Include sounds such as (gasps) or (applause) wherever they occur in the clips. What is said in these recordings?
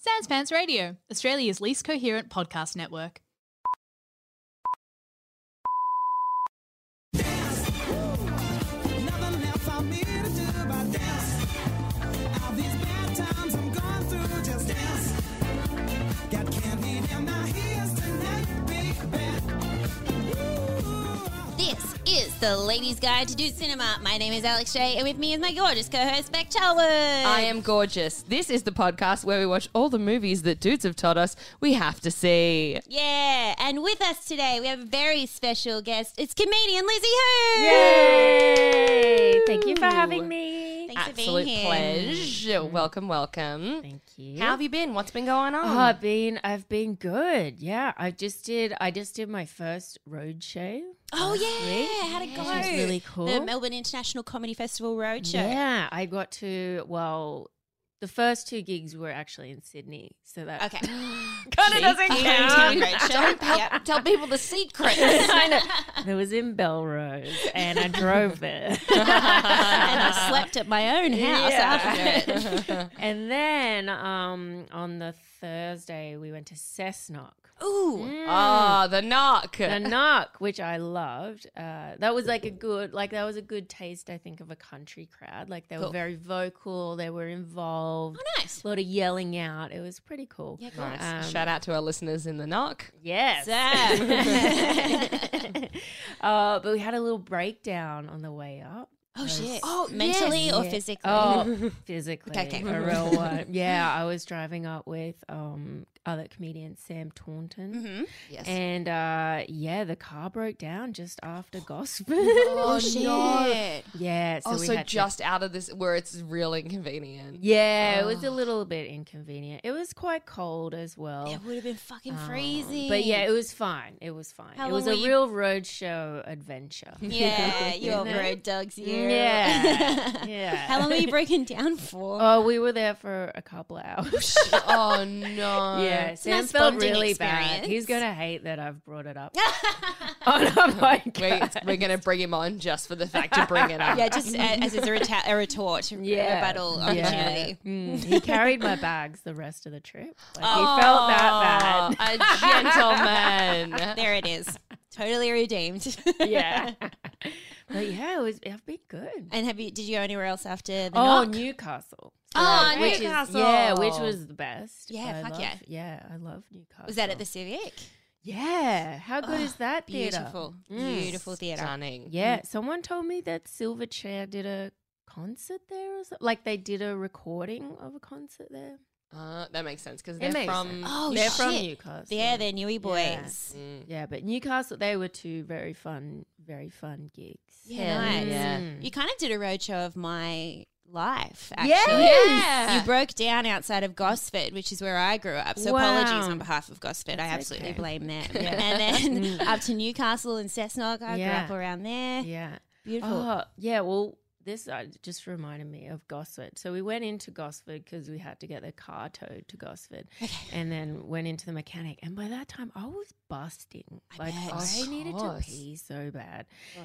Sanspants Radio, Australia's least coherent podcast network. Nothing else I'm here to do but dance. All these bad times I'm going through, just dance. Got candy in my ears tonight, baby. Ooh. This is the Ladies Guide to Do Cinema. My name is Alex J, and with me is my gorgeous co-host Beck Chalwood. I am gorgeous. This is the podcast where we watch all the movies that dudes have taught us we have to see. Yeah, and with us today we have a very special guest. It's comedian Lizzie Who. Yay! Thank you for having me. Thanks Absolute for being here. pleasure. Welcome, welcome. Thank you. How have you been? What's been going on? Oh, I've been I've been good. Yeah, I just did I just did my first road show. Oh last week, yeah, how'd it go? Which was really cool. The Melbourne International Comedy Festival roadshow. Yeah, I got to well, the first two gigs were actually in Sydney, so that (gasps) Okay. kind of doesn't Fucking count. great show. Yep. Tell people the secret. (laughs) I know. It was in Belrose, and I drove (laughs) (laughs) there. and (laughs) I slept at my own house after it. and then um, on the Thursday, we went to Cessnock. Ooh. oh, the knock. (laughs) the knock which i loved uh, that was like a good like that was a good taste i think of a country crowd like they Cool. were very vocal they were involved Oh, nice. a lot of yelling out it was pretty cool Yeah, cool. Nice. Um, Shout out to our listeners in the knock. Mm. yes (laughs) Zap. uh, but we had a little breakdown on the way up Oh shit. Oh, mentally yes. or Yeah. physically? (laughs) Oh, physically, Okay, okay. a (laughs) real one. Yeah, I was driving up with um other comedian Sam Taunton, hmm Yes. and uh, yeah, the car broke down just (gasps) after gospel. Oh, shit. (laughs) Yeah, so oh, we so had to- just out of this where it's real inconvenient. yeah, it was Ah. a little bit inconvenient. It was quite cold as well. It would have been fucking Um, freezing. But yeah, it was fine. It was fine. How it was long a were you- real roadshow adventure. (laughs) (laughs) Yeah, you old know? road dogs. You. (laughs) Yeah, yeah. How long were you broken down for? Oh, we were there for a couple of hours. (laughs) oh no. (laughs) yeah, Sam nice felt bonding really bad. He's experience. gonna hate that I've brought it (laughs) up on a podcast. We're, we're going to bring him on just for the fact to (laughs) bring it up. yeah, just a- as, (laughs) as a, reta- a retort, a Yeah. rebuttal Yeah. opportunity. Mm, he carried my bags the rest of the trip. Like, Oh. he (laughs) felt that bad. A (laughs) gentleman. There it (laughs) is. Totally redeemed. yeah. (laughs) but yeah, it was, I've been good. and have you? Did you go anywhere else after the oh, knock? Newcastle. Oh, which is, Newcastle. yeah, which was the best. Yeah, I fuck love- yeah. Yeah, I love Newcastle. Was that at the Civic? Yeah, how good is that theater? Beautiful, Mm. beautiful Mm. theater. Stunning. Yeah, someone told me that Silverchair did a concert there or something. Like they did a recording of a concert there. Uh, that makes sense because It they're makes from. sense. Oh, they're from shit. Newcastle. Yeah, they're Newy Yeah. boys. Mm. Yeah, but Newcastle, they were two very fun, very fun gigs. Yeah, Hell nice. yeah. Mm. You kind of did a roadshow of my life, actually. Yes. You broke down outside of Gosford, which is where I grew up. So Wow. apologies on behalf of Gosford. I That's absolutely okay. Mm. blame (laughs) them. And then up to Newcastle and Cessnock. I grew Yeah. up around there. Yeah. Beautiful. Oh, yeah. Well, this uh, just reminded me of Gosford. So we went into Gosford because we had to get the car towed to Gosford and then went into the mechanic. And by that time, I was busting. I like, bet. I Of needed to course. pee so bad.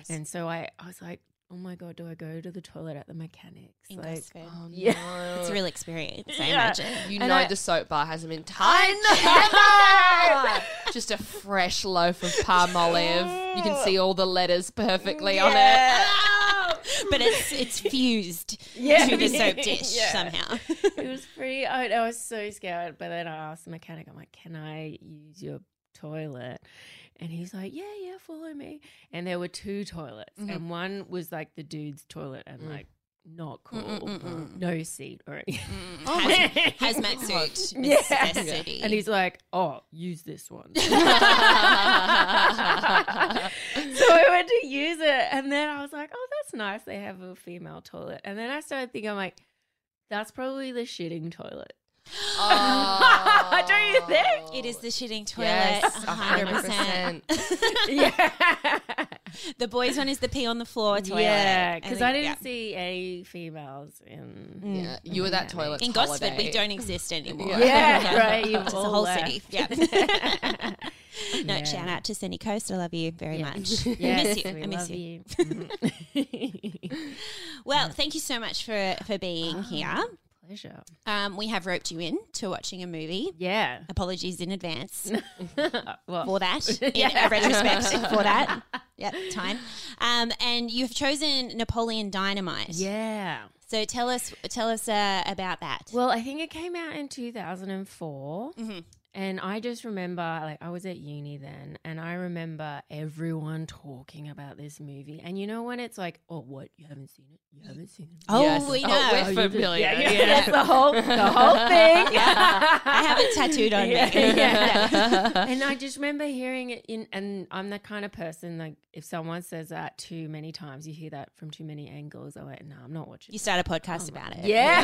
And so I, I was like, oh my God, do I go to the toilet at the mechanic's? in Like, um, Gosford. Oh, Yeah. (laughs) no. It's a real experience, I Yeah. imagine. You And know I- the soap bar hasn't been touched. I Just a fresh loaf of palmolive. You can see all the letters perfectly Oh! But it's it's (laughs) fused Yeah. (laughs) to the soap dish (laughs) Yeah. somehow. (laughs) it was pretty. I, I was so scared, but then I asked the mechanic, I'm like, "Can I use your toilet?" And he's like, "Yeah, yeah, follow me." And there were two toilets, and one was like the dude's toilet, and like not cool, no seat or anything. Haz- hazmat suit Oh Yeah. necessity. (laughs) And he's like, "Oh, use this one." (laughs) on it. so I went to use it, and then I was like, "Oh, that's nice. They have a female toilet." And then I started thinking, I'm like, "That's probably the shitting toilet." (laughs) (laughs) Oh. Don't you think? it is the shitting toilet, Yes, 100%. (laughs) 100%. yeah. The boys one is the pee on the floor (laughs) toilet. Yeah, because think- I didn't yeah. see any females in. Mm. Yeah, you were that Yeah. toilet. In Gosford, holiday. we don't exist anymore. Yeah. (laughs) Yeah, right, you've Just a all whole left. city. Yeah. (laughs) (laughs) no, Yeah. shout out to Cindy Coast. I love you very (laughs) Yeah. much. I Yes, miss you. we I miss love you. Mm-hmm. you. Uh-huh. Well, thank you so much for for being here. (laughs) pleasure. Um, we have roped you in to watching a movie. (laughs) Yeah. Apologies in (laughs) advance well, for (laughs) that. In Yeah. retrospect, (laughs) for that. Yep, time. Um, and you've chosen Napoleon Dynamite. yeah. So tell us, tell us uh, about that. Well, I think it came out in 2004. Mhm. And I just remember, like, I was at uni then, and I remember everyone talking about this movie. And you know, when it's like, oh, what? You haven't seen it? You haven't seen it? oh, Yes. we Oh, know. we're familiar. Yeah, yeah. (laughs) yeah. That's the whole, the (laughs) whole thing. I have it tattooed on (laughs) Yeah, me. (laughs) yeah. and I just remember hearing it in, and I'm the kind of person like if someone says that too many times, you hear that from too many angles. I'm like, no, I'm not watching. You start a podcast about it. Oh yeah,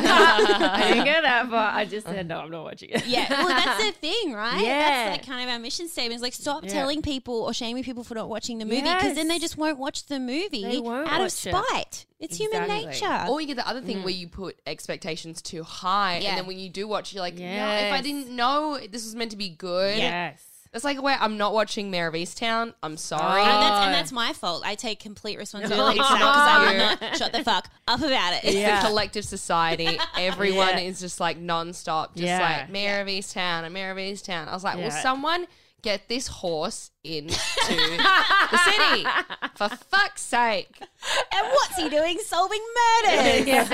(laughs) I didn't (laughs) go that far. I just said no, I'm not watching it. Yeah, well, that's the thing, right? Yeah. That's like kind of our mission statement. It's like, stop Yeah. telling people or shaming people for not watching the movie because then they Yes. just won't watch the movie They won't out of watch it. spite. It's human Exactly. Oh nature. Or you get the other mm. thing where you put expectations too high, Yeah. and then when you do watch, you're like, no, if I Yes. didn't know this was meant to be good, (laughs) Yes. it's like, wait, I'm not watching Mayor of Easttown. I'm sorry. Oh, and, that's, and that's my fault. I take complete responsibility It's for that because not (laughs) I will not shut the fuck up about it. It's a collective society. Everyone Yeah. is just like nonstop, just Yeah. like Mayor of Easttown and Mayor of Easttown. I was like, will Yeah. someone get this horse (laughs) into the city? For fuck's sake. (laughs) And what's he doing? Solving murders.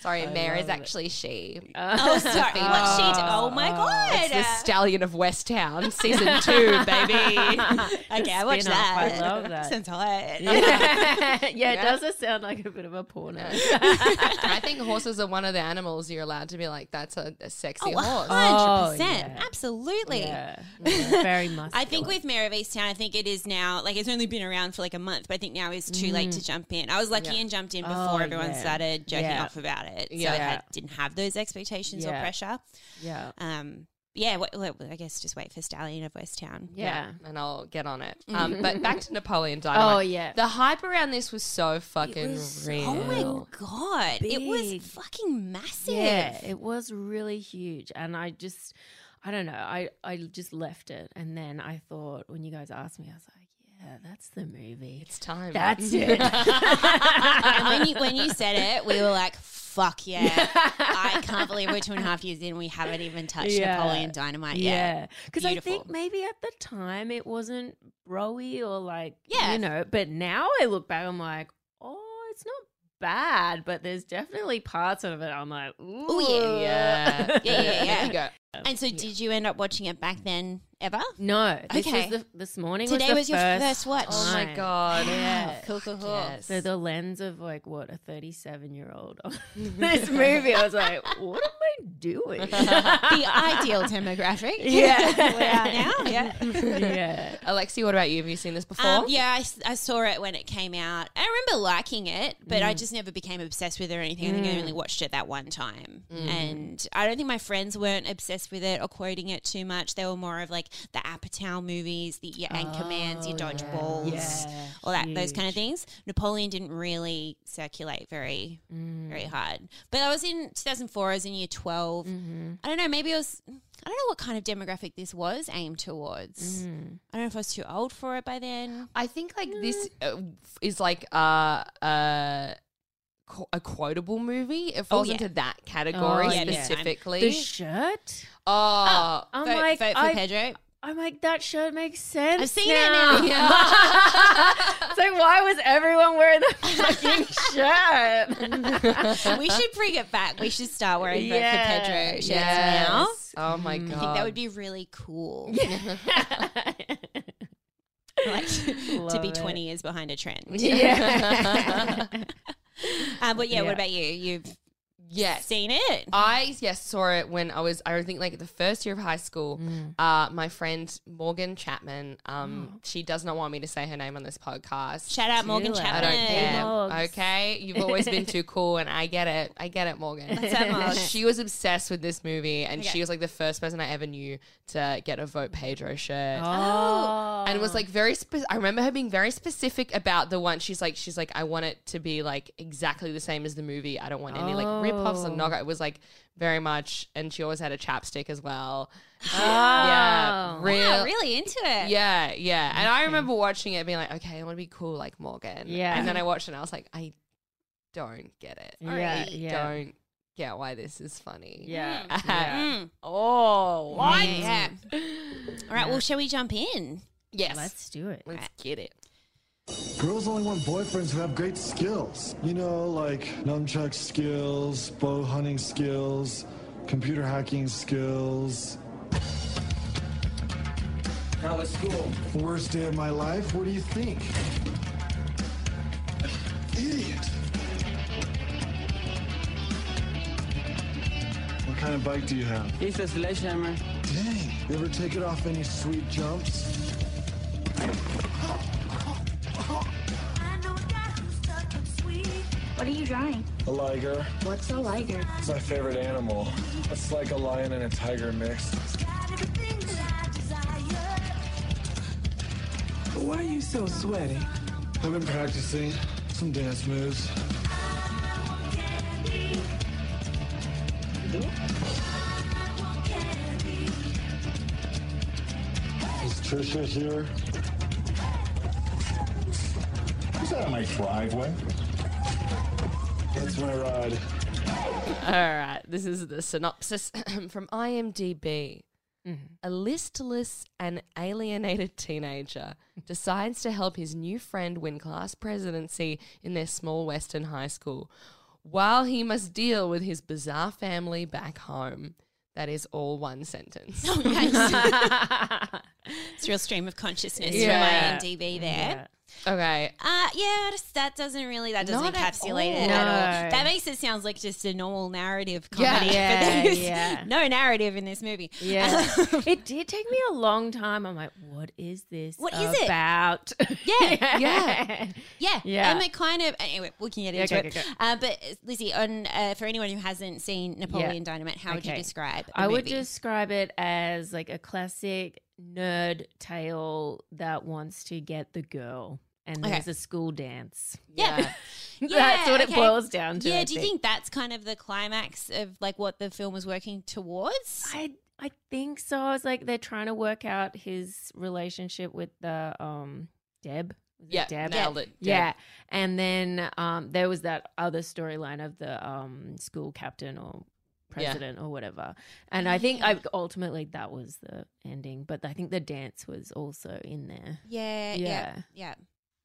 Sorry, Mayor is actually she. Uh, Oh, sorry. What's she do? Oh, my God. It's the Stallion of West Town, season (laughs) two, baby. okay, I watched spin-off. that. I love that. (laughs) Sounds hot. (laughs) yeah, it does sound like a bit of a porno. I think horses are one of the animals you're allowed to be like, that's a, a sexy horse. Oh, 100%. yeah. Absolutely. Yeah, yeah, very muscular. (laughs) I think with Mayor of Easttown, I think it is now like it's only been around for like a month, but I think now is too late to jump in. I was lucky and jumped in before Mm-hmm. Oh, everyone yeah. started joking Yeah. off about it, so I Yeah. had- didn't have those expectations or Yeah. pressure. yeah, Um, yeah, what, what, I guess just wait for Stallion of West Town. yeah, And I'll get on it. Mm-hmm. Um, but back to Napoleon Dynamite. Oh, yeah. The hype around this was so fucking real. Oh my god, it was Big. fucking massive. yeah. It was really huge, and I just, I don't know, I I just left it, and then I thought when you guys asked me, I was like, yeah, that's the movie. It's time. (laughs) That's it. (laughs) and when you when you said it, we were like, "Fuck (laughs) yeah!" I can't believe we're two and a half years in. We haven't even touched Yeah. Napoleon Dynamite yet. Yeah, because I Beautiful. think maybe at the time it wasn't broy or like Yeah. you know, but now I look back, I'm like, oh, it's not bad, but there's definitely parts of it I'm like, oh yeah. Yeah. (laughs) Yeah, yeah, yeah. There you go. And so, did you end up watching it back then ever? (laughs) No, this Okay. okay. was the, this morning. Today was, was the your first first watch. Oh my Time. god. Yeah. Cool, cool, cool. Yes. So the lens of like what a 37 year old on this movie, I was like, what am I doing? (laughs) (laughs) the ideal (laughs) demographic. (laughs) Yeah. we are now. Yeah. yeah, Alexi, what about you? Have you seen this before? Um, yeah, I s- I, saw it when it came out. I remember liking it, but I just never became obsessed with it or anything. I think I only watched it that one time. And I don't think my friends weren't obsessed with it or quoting it too much. They were more of like the Apatow movies, the your Anchormans, your Dodgeballs, Yeah, all that, those kind of things. Napoleon didn't really circulate very, very hard. But I was in 2004, I was in year 12. I don't know, maybe I was, I don't know what kind of demographic this was aimed towards. I don't know if I was too old for it by then. I think like this uh, is like uh, uh, qu- a quotable movie. It Oh, falls yeah. into that category Oh, yeah, big time. specifically. the shirt. oh, I'm vote- like, Vote for I, Pedro. I'm like that shirt makes sense. I've seen (laughs) now. (laughs) it now. So why was everyone wearing that fucking (laughs) shirt? (laughs) we should bring it back. We should start wearing Vote for Pedro Yeah. shirts yes. now. Oh my god. I think Mm. that would be really (laughs) cool. like, (laughs) to Love be it. 20 years behind a (laughs) trend. yeah. Um, but yeah, Yeah. what about you? You've yes. seen it? I yes saw it when I was I think like the first year of high school. Mm. Mm. Uh, my friend Morgan Chapman. Um, she does not want me to say her name on this podcast. Shout out Morgan it. I Oh. Chapman. don't care. Morgs. Okay, you've always been too cool, and I get it. I get it, Morgan. What's (laughs) up, Morgs? she was obsessed with this movie, and Okay. she was like the first person I ever knew to get a Vote Pedro shirt. Oh. And was like very. Spe- I remember her being very specific about the one. She's like, she's like, I want it to be like exactly the same as the movie. I don't want any like rip offs or Oh. knock. It was like very much, and she always had a chapstick as well. Oh. Yeah, real. Wow, really into it. Yeah, yeah. And I remember watching it, being like, okay, I want to be cool like Morgan. Yeah. And then I watched it, and I was like, I don't get it. Yeah, I yeah. don't get why this is funny. Yeah. Mm. yeah. Mm. Oh, what? Yeah. All right. Well, shall we jump in? Yes. Let's, Let's do it. get it. Girls only want boyfriends who have great skills. You know, like nunchuck skills, bow hunting skills, computer hacking skills. How was school? Worst day of my life? What do you think? Idiot. What kind of bike do you have? It's a sledgehammer. Dang. You ever take it off any sweet jumps? What are you drawing? A liger. What's a liger? It's my favorite animal. It's like a lion and a tiger mixed. (laughs) Why are you so sweaty? I've been practicing some dance moves. Is Trisha here? Is that on my driveway? That's my ride. All right. This is the synopsis (clears throat) from IMDb. Mm-hmm. A listless and alienated teenager decides to help his new friend win class presidency in their small Western high school while he must deal with his bizarre family back home. That is all one sentence. (laughs) (laughs) Nice. Oh, it's real stream of consciousness Yeah. from IMDb there. okay. Uh, yeah, just, that doesn't really that doesn't Not at encapsulate it all. at No. all. That makes it sounds like just a normal narrative Yeah. comedy. Yeah, but (laughs) there's yeah. no narrative in this movie. Um, Yeah. (laughs) it did take me a long time. I'm like, what is this? What is it? about? (laughs) Yeah, yeah. (laughs) Yeah, Yeah. And it kind of anyway, we can get into Okay, it. okay, okay. Uh, but Lizzie, on uh, for anyone who hasn't seen Napoleon Yeah. Dynamite, how would you Okay. describe? The I would movie? describe it as like a classic nerd tale that wants to get the girl. And Okay. there's a school dance. (laughs) (laughs) yeah. That's Yeah, what it okay. boils down to. Yeah, I do you think that's kind of the climax of like what the film was working towards? I I think so. I was like, they're trying to work out his relationship with the um Deb. Was it Yeah. Deb. Nailed it. Yeah. And then um, there was that other storyline of the um, school captain or Yeah. president or whatever. And I think I, ultimately that was the ending. But I think the dance was also in there. Yeah, yeah, yeah. Yeah.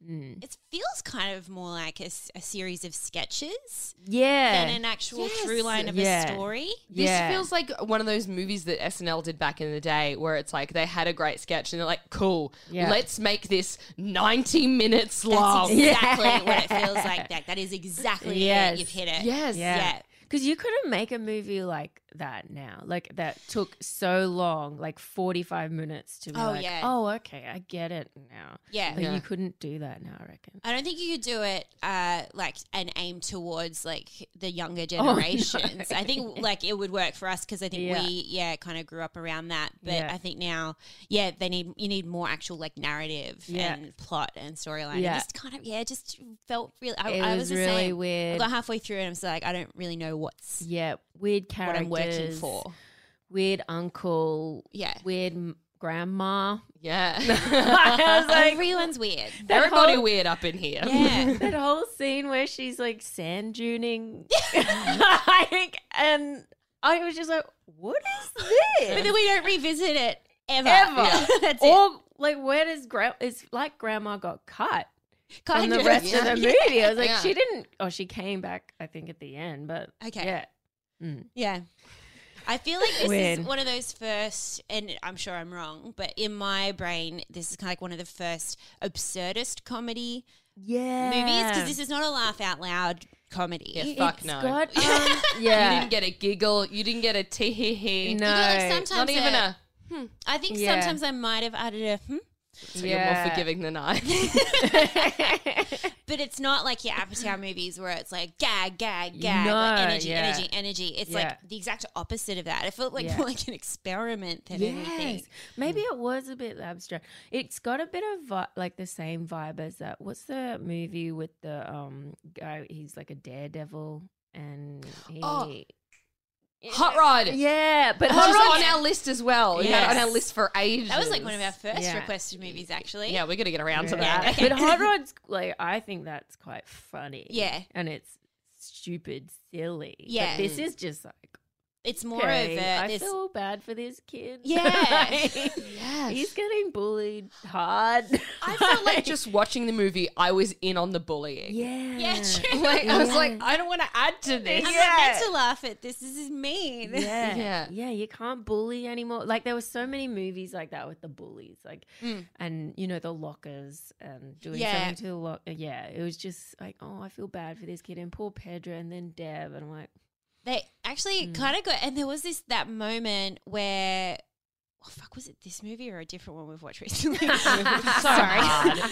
Mm. It feels kind of more like a, s- a series of sketches Yeah. than an actual Yes. through line of Yeah. a story. This yeah. feels like one of those movies that SNL did back in the day where it's like they had a great sketch and they're like, cool, Yeah. let's make this 90 minutes long. Oh. That's exactly (laughs) Yeah. what it feels like. That that is exactly Yes. it. You've hit it. Yes. Yeah. Yeah. Because you couldn't make a movie like that now, like that took so long, like forty-five minutes to be Oh, like, yeah. oh, okay, I get it now. Yeah. Like Yeah. you couldn't do that now, I reckon. I don't think you could do it uh, like and aim towards like the (laughs) younger Oh, generations. I think like it would work for us because I think Yeah. we yeah kind of grew up around that. But Yeah. I think now yeah they need you need more actual like narrative Yeah. and plot and storyline. Yeah. Yeah. Just kind of yeah it just felt really. I, It I was was, the really same. I weird. got halfway through and I'm still like I don't really know (laughs) what's Yeah, weird what characters. I'm working for. Weird uncle. Yeah. Weird m- (laughs) grandma. (laughs) (laughs) Yeah. I was like, Everyone's weird. Everybody weird up in here. (laughs) Yeah. that whole scene where she's like (laughs) sand duning, like, and I was just like, what (laughs) is this? but then we don't revisit it ever. Ever. Yeah. (laughs) That's it. or like, where does grandma? It's like grandma got cut from Kind the of. rest of (laughs) the movie. I was like, Yeah. she didn't, or she came back, I think, at the end. But Okay. yeah, Yeah. I feel like this Weird. is one of those first, and I'm sure I'm wrong, but in my brain, this is kind of like one of the first absurdist comedy yeah, movies because this is not a laugh out loud comedy. Yeah, fuck (laughs) no. got um, yeah, You didn't get a giggle. You didn't get a tee hee hee. No. You know, like Not sometimes Not even a. I think Yeah. sometimes I might have added a hmm, So you're Yeah. more forgiving than I. (laughs) (laughs) but it's not like your Apatow movies where it's like gag, gag, gag, like No, energy, yeah. energy, energy. It's Yeah. like the exact opposite of that. It felt like Yeah. more like an experiment than anything. Yes. Maybe it was a bit abstract. It's got a bit of vi- like the same vibe as that. What's the movie with the um guy? He's like a daredevil and he. Oh. Hot Rod. Yeah, but Hot just Rod's like- on our list as well. We had it on our list for ages. That was like one of our first Yeah. requested movies, actually. Yeah, we're going to get around to Yeah. that. okay. But Hot Rod's like I think that's quite funny. Yeah. and it's stupid, silly. But Yeah. this is just like It's more okay, of I a this. (laughs) feel bad for this kid. (laughs) Yeah. Like, Yes. he's getting bullied hard. (laughs) I felt like just watching the movie, I was in on the bullying. yeah, yeah, true. (laughs) Like, I was like, I don't want to add to (laughs) this. I'm not Yeah. meant to laugh at this. This is mean. Yeah. Yeah. yeah. you can't bully anymore. Like there were so many movies like that with the bullies, like and you know, the lockers and doing Mm. Yeah. something to the lock uh, yeah. It was just like, oh, I feel bad for this kid and poor Pedro and then Deb and I'm like (laughs) They actually Hmm. kind of got, and there was this that moment where, oh fuck, was it this movie or a different one we've watched (laughs) recently? (laughs) (laughs) Sorry,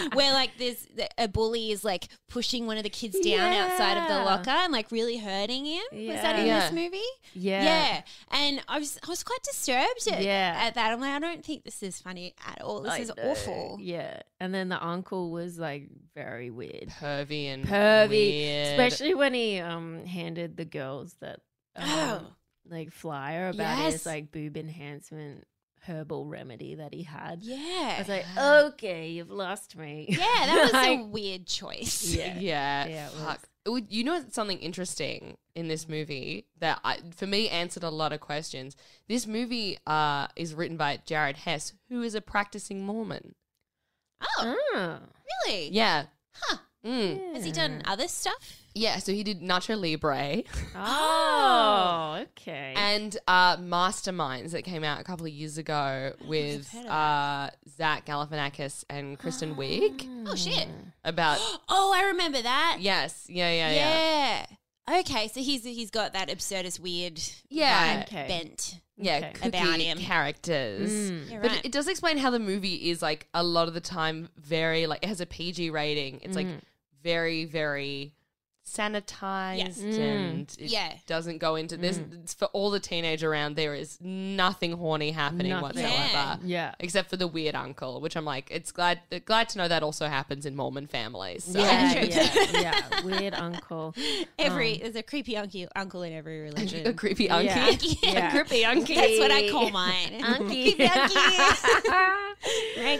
(laughs) where like there's a bully is like pushing one of the kids down outside of the Yeah. locker and like really hurting him. Was that in Yeah. this movie? (laughs) Yeah. and I was I was quite disturbed at, Yeah. at that. I'm like, I don't think this is funny at all. This I is know. awful. Yeah. And then the uncle was like very weird. Pervy and Pervy. weird. Especially when he um handed the girls (gasps) that um, Oh. like flyer about his Yes. like boob enhancement herbal remedy that he had. Yeah, I was like, okay, you've lost me. yeah, (laughs) that (laughs) was a Like, weird choice. yeah. Yeah. Yeah, it fuck. It would- You know something interesting in this movie that I, for me answered a lot of questions. This movie uh, is written by Jared Hess, who is a practicing Mormon. Oh, Ah. really? Yeah. Huh. Mm. Has he done other stuff? Yeah. So he did Nacho Libre Oh, okay. and uh, Masterminds that came out a couple of years ago with uh, Zach Galifianakis and Kristen Wiig Oh shit. about (gasps) Oh, I remember that. yes, Hmm. yeah, yeah, yeah. Yeah. Okay, so he's he's got that absurdist, weird, Yeah. vibe Okay. bent. yeah, Okay. cookie About him. characters. Yeah, But right. it, it does explain how the movie is like a lot of the time very like it has a PG rating. It's Mm. like very very sanitized Mm. and it Yeah. doesn't go into this it's for all the teenage around there is nothing horny happening Nothing. whatsoever. Yeah. yeah. Except for the weird uncle, which I'm like, it's glad glad to know that also happens in Mormon families. So. (laughs) Yeah, yeah, yeah. Weird (laughs) uncle. Every there's a creepy uncle, uncle in every religion. um, (laughs) a creepy uncle. Yeah. Yeah. creepy uncle. That's what I (laughs) call mine. Unky. Creepy unky. (laughs) Merry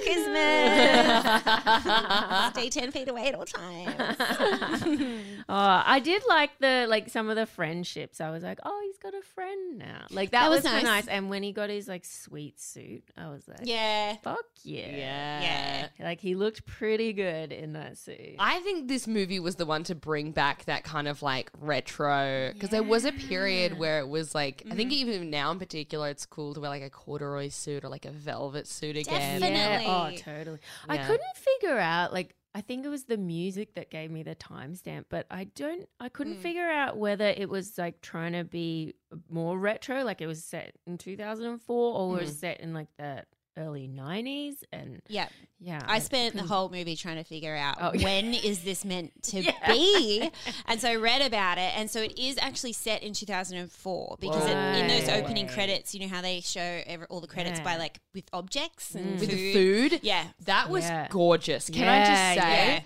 Christmas. Stay ten feet away at all times. (laughs) Oh, I did like the like some of the friendships. I was like, oh, he's got a friend now. Like that, That was was, nice. nice. nice. And when he got his like sweet suit, I was like, Yeah. fuck yeah. Yeah. Like he looked pretty good in that suit. I think this movie was the one to bring back that kind of like retro because there was a period where it was like I think even now in particular it's cool to wear like a corduroy suit or like a velvet suit again. Definitely. Yeah, oh, totally. I Yeah. couldn't figure out like I think it was the music that gave me the timestamp, but I don't I couldn't Hmm. figure out whether it was like trying to be more retro, like it was set in 2004 or Hmm. was set in like the early 90s and Yeah. yeah. I spent the whole movie trying to figure out Oh, yeah. when is this meant (laughs) to be, and so I read about it, and so it is actually set in 2004 because it, in those Right. opening credits, you know how they show every, all the credits Yeah. by like with objects and Mm. With the food. food, Yeah, that was Yeah. gorgeous. Can I Yeah, just say, yeah.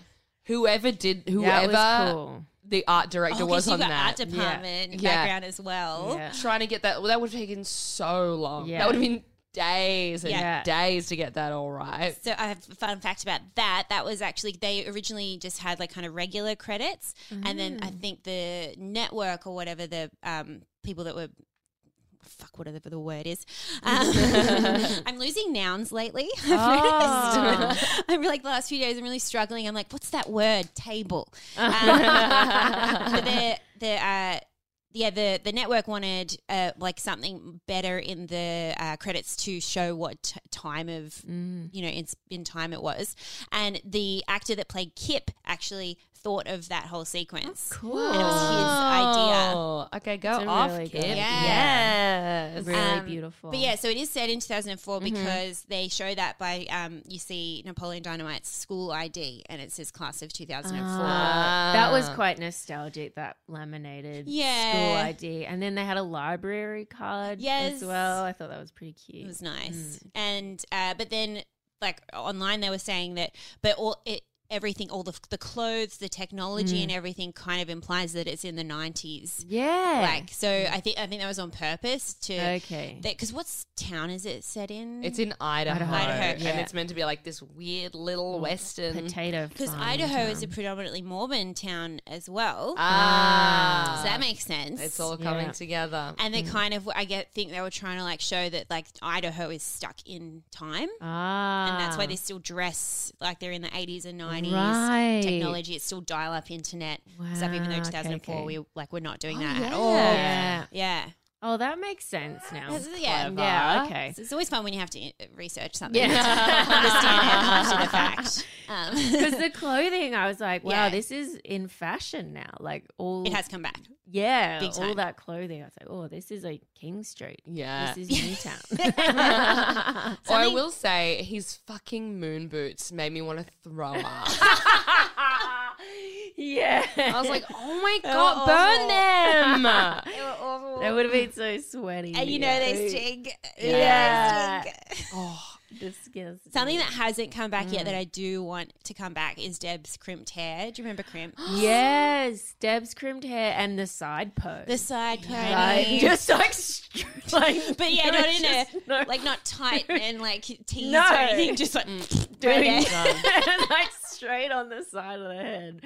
whoever did that whoever was cool. the art director Oh, 'cause was you on got that. art department Yeah. background as well. Yeah. Trying to get that well, that would have taken so long. Yeah. That would have been days and Yeah. days to get that all right. So I have a fun fact about that. That was actually they originally just had like kind of regular credits, and then Mm. I think the network or whatever the um, people that were fuck whatever the word is. Um, (laughs) I'm losing nouns lately. (laughs) I've noticed. I'm like the last few days. I'm really struggling. I'm like, what's that word? Table. Um, but the the uh, yeah, the, the network wanted uh, like something better in the uh, credits to show what t- time of you know in, s- in time it was, and the actor that played Kip actually thought of that whole sequence. cool, and it was his idea. Oh, okay, go a off, really good- kid. Yeah. Yes. Really Um, beautiful. Mm-hmm. But yeah, so it is set in 2004 because they show that by um, you see Napoleon Dynamite's school ID and it says class of 2004. Uh, uh, That was quite nostalgic, that laminated school Yeah. ID. And then they had a library card Yes. as well. I thought that was pretty cute. It was nice. And uh, but then like online they were saying that but all it everything, all the f- the clothes, the technology, Mm. and everything kind of implies that it's in the nineties. Yeah. Like so, I think I think that was on purpose to okay. because what's town is it set in? It's in Idaho, Mm. Idaho, yeah. and it's meant to be like this weird little western. potato. because farm Mm-hmm. Idaho is a town. predominantly Mormon town as well. ah, so that makes sense. it's all coming Yeah. together. and Mm. they kind of I get think they were trying to like show that like Idaho is stuck in time. ah, and that's why they still dress like they're in the 80s and 90s Right. technology it's still dial-up internet stuff even though Wow, okay, 2004 okay. we like we're not doing Oh, that at yeah. all Yeah. yeah Oh, that makes sense now. This is- yeah, clever. yeah. (laughs) Okay. It's, it's always fun when you have to uh, research something Yeah. (laughs) to understand it after the (laughs) fact um, Because the clothing, I was like, wow, Yeah. this is in fashion now. Like (laughs) all it has come (laughs) back yeah, big all time. that clothing. I was like, oh, this is like King Street. yeah. (laughs) This is Newtown. Or I Something- will say his fucking moon boots made me want to throw up. (laughs) yeah. I was like, oh (laughs) my They were god, oh. burn (laughs) awful. them! that would have been so sweady. and you know they sting You know they Yeah. sting. Disgusting. Something that hasn't come back Mm. yet that I do want to come back is Deb's crimped hair. Do you remember (gasps) crimp? Yes, Deb's crimped hair and the side pose. The side Like, pony. just like, str- (laughs) like But yeah, there not was in a (laughs) just no- like not tight (laughs) and like teased No. Mm. or anything. Just like (laughs) doing doing (laughs) it. like straight on the side of the head.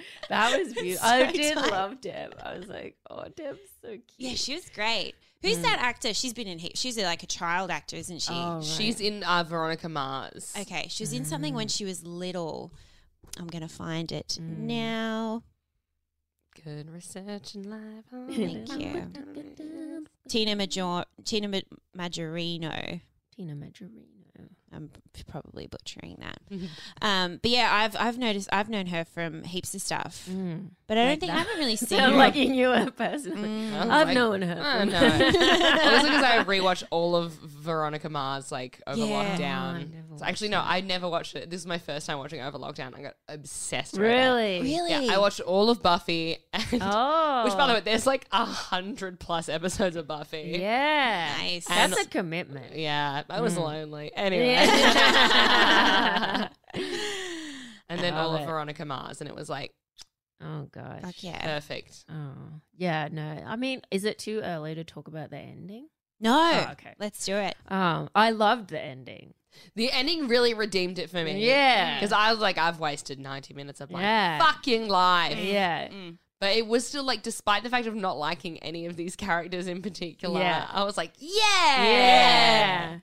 (laughs) That was beautiful. I So did tight. love Deb. I was like, oh, Deb's so cute. Yeah, (laughs) she was great. Who's that actor? She's been in. He- she's a, like a child actor, isn't she? Mm. Oh, right. She's in uh, Veronica Mars. Okay, she was in something Mm. when she was little. I'm gonna find it now. Good research and Oh live. Thank you, Tina Major Tina Ma- Majorino. Tina Majorino. I'm p- probably butchering (laughs) that. Mm-hmm. um, but yeah, I've I've noticed I've known her from heaps of stuff, but I don't think I haven't (laughs) really seen mm, Sound her. Mm-hmm. Mm. like you knew her personally. Oh Oh I've known her. I from- (laughs) know. (laughs) Honestly, because (laughs) I rewatched all of Veronica Mars like over Yeah. I lockdown. never So actually, no, I never watched it. This is my first time watching it over lockdown. I got obsessed. with it. Really? really. Yeah, I watched all of Buffy. And Oh. (laughs) Which, by the way, there's like a hundred plus episodes of Buffy. Yeah. Nice. Um, That's a commitment. Yeah, I was lonely. Anyway. (laughs) Yeah. (laughs) and then Love all of it. Veronica Mars, and it was like oh, gosh. Fuck yeah. perfect. Oh. Yeah, no. I mean, is it too early to talk about the ending? No. Oh, okay. Let's do it. Um, I loved the ending. The ending really redeemed it for me. Yeah. Because I was like, I've wasted 90 minutes of my Yeah. fucking life. Mm, Yeah. But it was still like, despite the fact of not liking any of these characters in particular, Yeah. I was like, yeah. Yeah.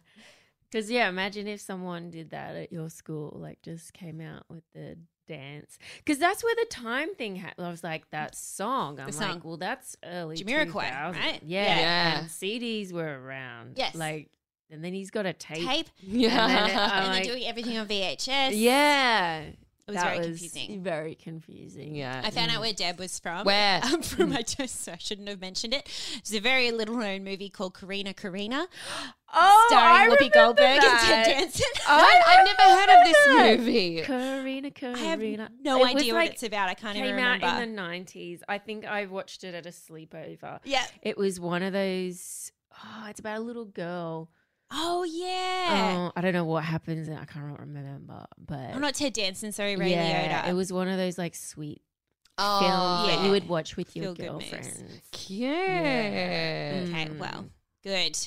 Because, yeah, imagine if someone did that at your school, like just came out with the dance. Because that's where the time thing happened. I was like, that song. I'm song. like, well, that's early. Jamiroquai, 2000s. right? Yeah. Yeah. And CDs were around. Yes. Like, and then he's got a tape. (laughs) Tape. (laughs) And then Yeah. (laughs) I'm and like, they're doing everything on VHS. (laughs) yeah. It was very confusing. Very confusing. yeah. I Mm. found out where Deb was from. (laughs) Where? I'm from, I just I shouldn't have mentioned it. It's a very little known movie called Karina Karina, (gasps) Oh, starring Whoopi Goldberg and that. Ted Danson. (laughs) I I've never heard of (laughs) this movie. Karina, I Karina. have no It was idea like- what it's about. I can't even came remember. out in the 90s. I think I watched it at a sleepover. yeah. It was one of those. Oh, it's about a little girl. Oh yeah. Oh, I don't know what happens. and I can't remember, but I'm not Ted Danson. Sorry, Ray Oh. yeah, Liotta. it was one of those like sweet Oh, films that yeah. you would watch with your Feel-good movies. girlfriend. cute. okay. Well, good.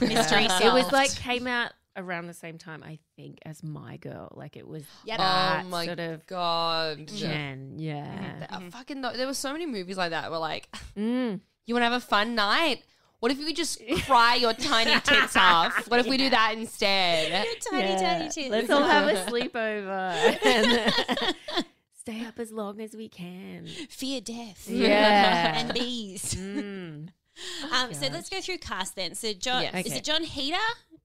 Mystery solved. (laughs) it (laughs) was like came out around the same time, I think, as My Girl. Like it was Yep. Oh that my sort of god. gen. Yeah, Th- uh, fucking th- there were so many movies like that where like Mm. (sighs) you want to have a fun night what if you could just cry your tiny tits off what if we do that (laughs) instead tiny, tiny Yeah. tits. Let's all have a sleepover. (laughs) and Stay up as long as we can. (laughs) fear death. (laughs) Yeah. and bees. (laughs) Mm. (laughs) Um, so let's go through cast then. So John, Yes. is Okay. it John Heater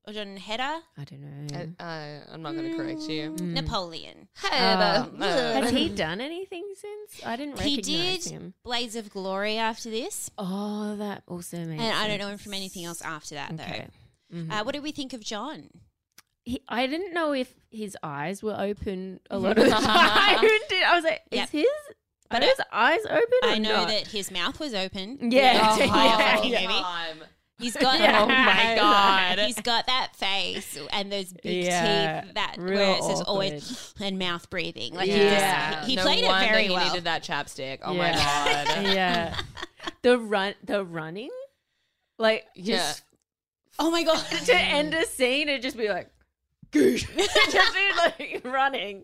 or John Hedder? I don't know. Uh, uh, i'm not going to correct Mm. you Mm. Napoleon. Heather. Uh, Has (laughs) he done anything since? I didn't He recognize did him. Blaze of Glory after this, Oh, that also makes. and I don't know him sense. from anything else after that though. Okay. Mm-hmm. Uh, what do we think of John? He, I didn't know if his eyes were open a (laughs) lot of the time. I, did, I was like, is Yep. his But are his eyes open? I or know not? that his mouth was open. (laughs) Yeah. (laughs) the whole Yeah. fucking Yeah. movie. He's (laughs) got Yeah. oh my god, God. he's got that face and those big Yeah, teeth that real where it's just always (laughs) and mouth breathing. Like he, Yeah. just, he, he Um, No played it wonder very he well. needed that chapstick. Oh Yeah. (laughs) my god. (laughs) yeah. The run, the running, like (laughs) yeah. just Oh my god, (laughs) to end a scene, it'd just be like, (laughs) "Goosh," just be like running.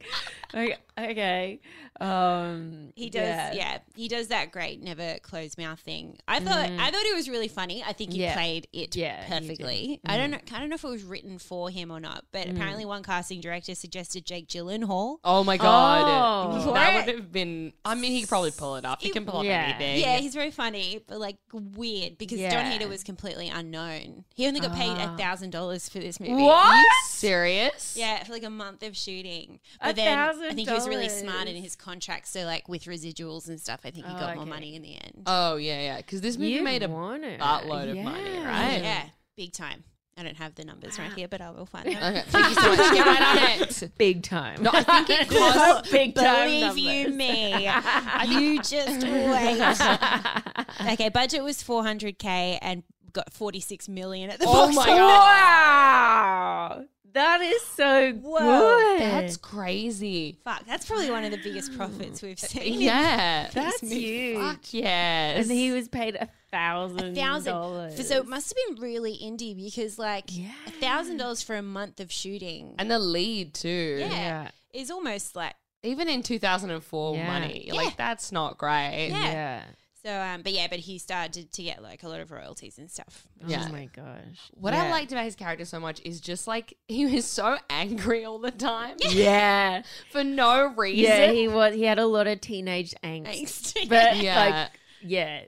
Like okay, um, (laughs) he does. Yeah. he does that great, never closed mouth thing. I thought I thought it was really funny. I think he Mm-hmm. Yeah. played it Yeah, he did. Mm. perfectly. I don't know, I don't know if it was written for him or not, but apparently one casting director suggested Jake Gyllenhaal. Oh my god. Oh. That would have been I mean he could probably pull it up. He can pull up Yeah. anything. Yeah, he's very funny, but like weird because John Yeah. Ah. Heater was completely unknown. He only got paid a thousand dollars for this movie. Are you serious? (laughs) Yeah, for like a month of shooting. A But then I thousand think he was really smart in dollars. his contract. So like with residuals and stuff, I think he Oh, got more okay. money in the end. Oh yeah, yeah. Because this movie You made a want it. buttload of money, Yeah. right? yeah, big time. I don't have the numbers right here, but I will (laughs) find them. Okay. Thank you so much. Get right on it. Big time. No, I think it cost. Not big time. Believe you numbers. me, (laughs) you just wait. okay, budget was 400k and got 46 million at the Oh box my office. god. Wow, that is so Whoa. good. That's crazy. Fuck, that's probably one of the biggest profits (laughs) we've seen. Yeah. That's This movie- huge. Fuck yes. and he was paid a thousand thousand. For- dollars. So it must have been really indie because like Yeah. a thousand dollars for a month of shooting. and the lead too. yeah, Yeah. is almost like Even in 2004 Yeah. money, Yeah. like that's not great. Yeah. yeah. so. Um, but yeah, but he started to get like a lot of royalties and (laughs) stuff. Yeah. Oh my gosh. What I Yeah. liked about his character so much is just like he was so angry all the time Yeah. for no reason. Yeah, he was. He had a lot of teenage angst, (laughs) Angst. but Yeah. (laughs) like, yeah,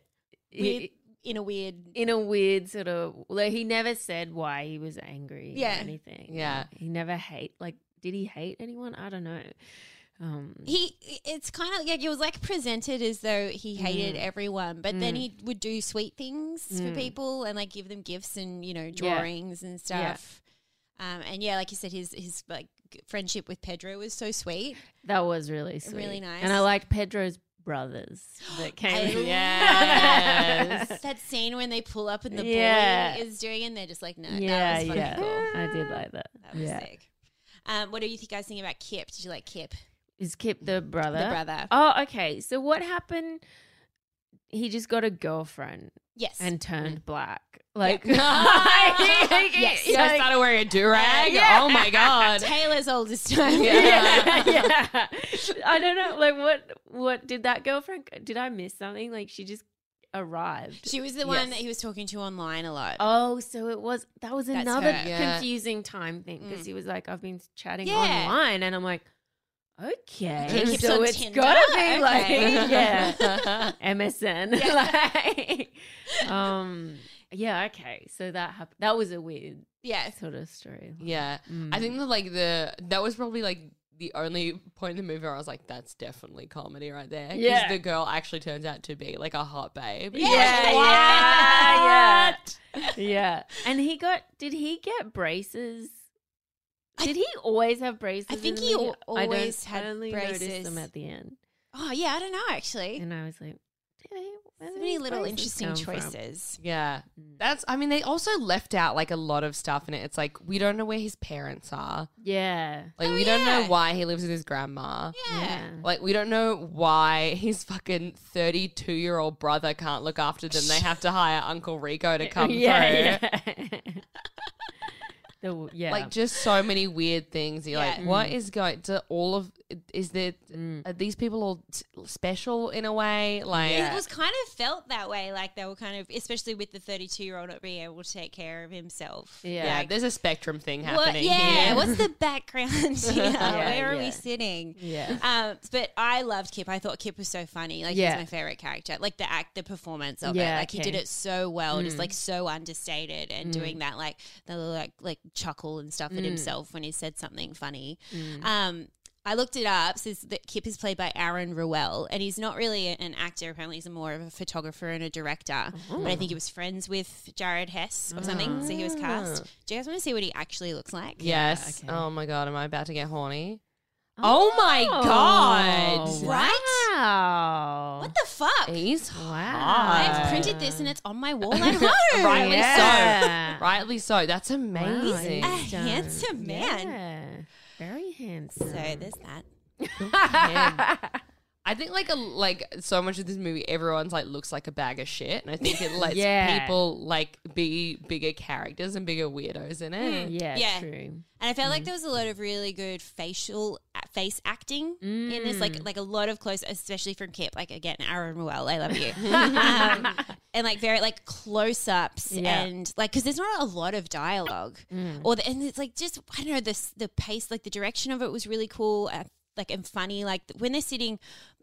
Weird- i- in a weird. in a weird sort of. Like, he never said why he was angry. Yeah. or anything. Yeah. he never hate. Like, did he hate anyone? I don't know. Um, He, it's kind of like it was like presented as though he hated everyone, but then he would do sweet things for people and like give them gifts and you know drawings and stuff. Um, and yeah, like you said, his his like g- friendship with Pedro was so sweet. that was really sweet, Really nice. and I liked Pedro's brothers that I came. Yes. Oh, that scene when they pull up and the Yeah. boy is doing, it and they're just like, no, (laughs) yeah, that was fucking yeah, cool. I did like that. That was yeah, sick. Um, what do you think guys think about Kip? Did you like Kip, is Kip the brother? the brother? Oh, okay. So what happened? He just got a girlfriend. yes. and turned black. (laughs) Like, (laughs) Yes. You guys started wearing a do rag? Oh my (laughs) god. Taylor's oldest time. yeah, (laughs) yeah. I don't know. Like, what? What did that girlfriend? Did I miss something? Like, she just (laughs) arrived. She was the one Yes. that he was talking to online a lot. Oh, so it was. That was That's another her. Mm. Yeah. confusing time thing because he was like, "I've been chatting Yeah. online," and I'm like, He "Okay, keeps so on it's Tinder? gotta be Okay. (laughs) like, yeah, MSN, (laughs) like, um, yeah, okay." So that happened. That was a weird Yeah. sort of story. Mm. Yeah. I think that like the that was probably like the only point in the movie where I was like, that's definitely comedy right there. Because Yeah. the girl actually turns out to be like a hot babe. Yeah, yeah, yeah. (laughs) Yeah. And he got did he get braces? I- Did he always have braces? I in think the he movie? al- I don't- always had I only braces. noticed them at the end. Oh, yeah. I don't know, actually. And I was like, did he, where So did many his little braces interesting come from? choices. Yeah. Mm. That's I mean, they also left out like a lot of stuff and it. It's like we don't know where his parents are. Yeah. Like Oh, we don't yeah. know why he lives with his grandma. Yeah. Like we don't know why his fucking thirty-two-year-old brother can't look after them. They have to hire Uncle (laughs) Rico to (laughs) come through. Yeah. yeah. the, w- yeah. Like just so many weird things. You're Yeah. Mm. like, what is going to all of? Is there are these people all t- special in a way? Like, It was kind of felt that way. Like they were kind of, especially with the 32 year old not being able to take care of himself. yeah. yeah, there's a spectrum thing What, happening. yeah. here. What's the background (laughs) here? (laughs) Yeah, Where are we yeah. sitting? Yeah. Um, but I loved Kip. I thought Kip was so funny. Like Yeah. he's my favorite character. Like the act, the performance of it. Yeah, Like he did okay. Mm. it so well, just like so understated and doing that like the little like like chuckle and Mm. stuff at himself when he said something funny. Um, I looked it up. Says that Kip is played by Aaron Ruel, and he's not really an actor. Apparently, he's more of a photographer and a director. But I Oh. think he was friends with Jared Hess or something, so he was cast. Ah. Do you guys want to see what he actually looks like? Yes. Oh my god, am I about to get horny? Oh, my god. Right? Wow. What the fuck? He's Wow. I've printed this and it's on my wall at (laughs) home. Rightly Yeah. so. Rightly so. That's amazing. A handsome man. Yeah. Very handsome. So there's that. (laughs) I think like a like so much of this movie, everyone's like looks like a bag of shit, and I think it lets (laughs) Yeah. people like be bigger characters and bigger weirdos in it. yeah, Yeah. true. And I felt Mm. like there was a lot of really good facial a- face acting in this, Mm. like like a lot of close, especially from Kip. Like again, Aaron Ruel, I love (laughs) you, um, and like very like close ups Yeah. Mm. and like because there's not a lot of dialogue, or the, and it's like just I don't know the s- the pace, like the direction of it was really cool. Uh, like and funny, like when they're sitting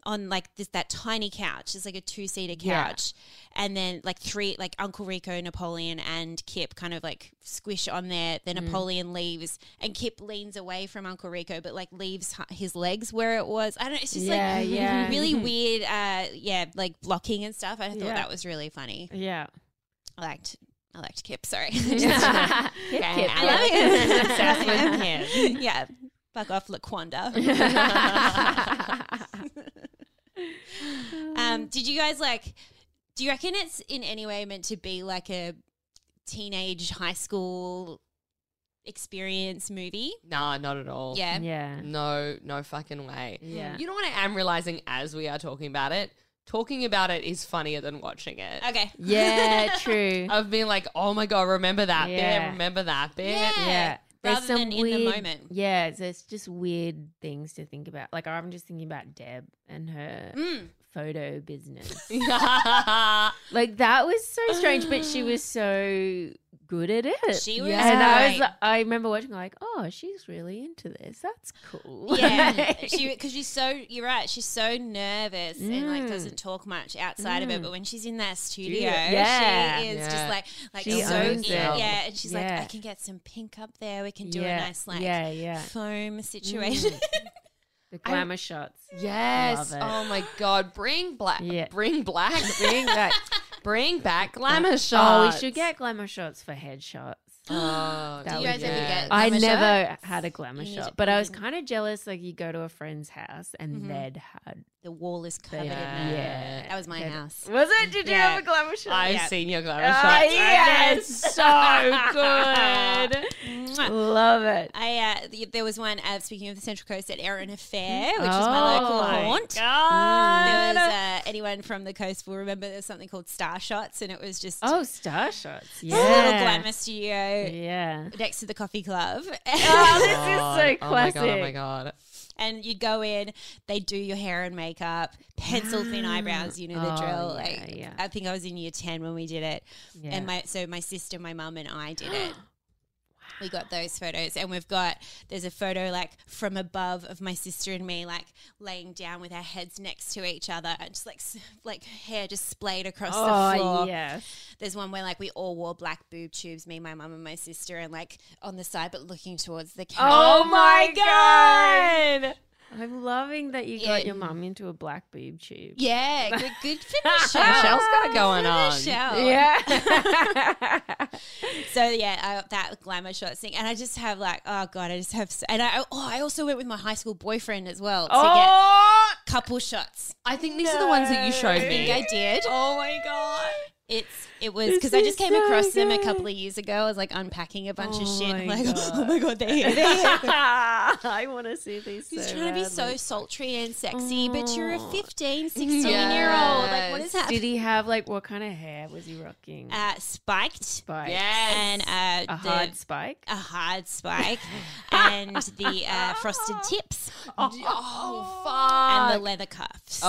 on like this that tiny couch, it's like a two seater Yeah. couch, and then like three like Uncle Rico, Napoleon, and Kip kind of like squish on there. Then Mm. Napoleon leaves, and Kip leans away from Uncle Rico, but like leaves h- his legs where it was. I don't. It's just Yeah, like yeah. (laughs) (laughs) really weird. Uh, yeah, like blocking and stuff. I thought Yeah. that was really funny. (laughs) Yeah. I liked. I liked Kip. Sorry. (laughs) Hip, hip, I love hip. him. (laughs) Obsessed (laughs) with him. Yeah. Fuck off, Laquanda. um, did you guys like, do you reckon it's in any way meant to be like a teenage high school experience movie? Nah, not at all. Yeah. (laughs) Yeah. No, no fucking way. Yeah. You know what I am realizing as we are talking about it? Talking about it is funnier than watching it. Okay. Yeah, true. Of being like, oh my god, remember that bit, Yeah. remember that bit. Yeah. (laughs) yeah. Rather than in the moment. Yeah, there's just weird things to think about. Like I'm just thinking about Deb and her Mm. (laughs) photo business. Yeah. like that was so strange, but (sighs) she was so good at it. She was and I great. was I remember watching like, oh, she's really into this. That's cool. Yeah, (laughs) Like, she because she's so you're right. She's so nervous and like Mm. doesn't talk much outside of it. But when she's in that studio, Yeah. she is just Yeah. like like She so owns in- it. yeah. And she's like, Yeah. I can get some pink up there. We can do yeah, a nice like yeah, yeah. Mm. foam situation. The glamour shots. Yes. Love it. Oh my god. Bring black. Yeah. Bring black. (laughs) Being like, bring back glamour oh, we shots. should get glamour shots for headshots. Oh, That you would guys be- ever get? I glamour never shots? had a glamour You need shot, to- but I you was need- kind of jealous. Like you go to a friend's house and Mhm. they'd had. (laughs) The wall is covered in Yeah. that. Yeah. That was my house. Was it? Did you have a glamour (laughs) shot? I've Yeah. seen your glamour Ah, shots. yes. so good. (laughs) Mwah. Love it. I uh, th- there was one. Uh, speaking of the Central Coast at Erin Affair, which is my local Oh my haunt. Oh God. There was, uh, anyone from the coast will remember there's something called Star Shots, and it was just Oh, star shots. Yeah. a little glamour studio Yeah. next to the coffee club. Oh, this is so Oh my classic. god. Oh my god. (laughs) and you'd go in, they do your hair and makeup, pencil thin (gasps) eyebrows, you know the Oh, drill. yeah, like yeah. I think I was in year ten when we did it, Yeah. and my so my sister, my mum, and I did (gasps) it. We got those photos, and we've got there's a photo like from above of my sister and me, like laying down with our heads next to each other, and just like s- like hair just splayed across the floor. Oh, yes. There's one where like we all wore black boob tubes, me, my mum, and my sister, and like on the side but looking towards the camera. Oh, my God. I'm loving that you Yeah. got your mum into a black boob tube. Yeah, good, good for (laughs) Michelle. Michelle's got it going on. Michelle. (laughs) Yeah. So yeah, I, that glamour shots thing, and I just have like, oh god, I just have, so, and I oh, I also went with my high school boyfriend as well to oh, get couple shots. I think these are the ones that you showed I think me. I did. Oh my god. It's it was This because I is just came so across them a good. couple of years ago. I was like unpacking a bunch of Oh shit. I'm my like, (laughs) God. oh my god, they're here. They're (laughs) here. (laughs) I want to see these. He's so trying to be badly. so sultry and sexy, but you're a Oh. 15, 16 year old. Like, what is Did happening? he have like what kind of hair was he rocking? Uh, spiked Spikes. and uh, a the- hard spike. a hard spike and the uh, frosted tips Oh, and fuck. the leather cuffs.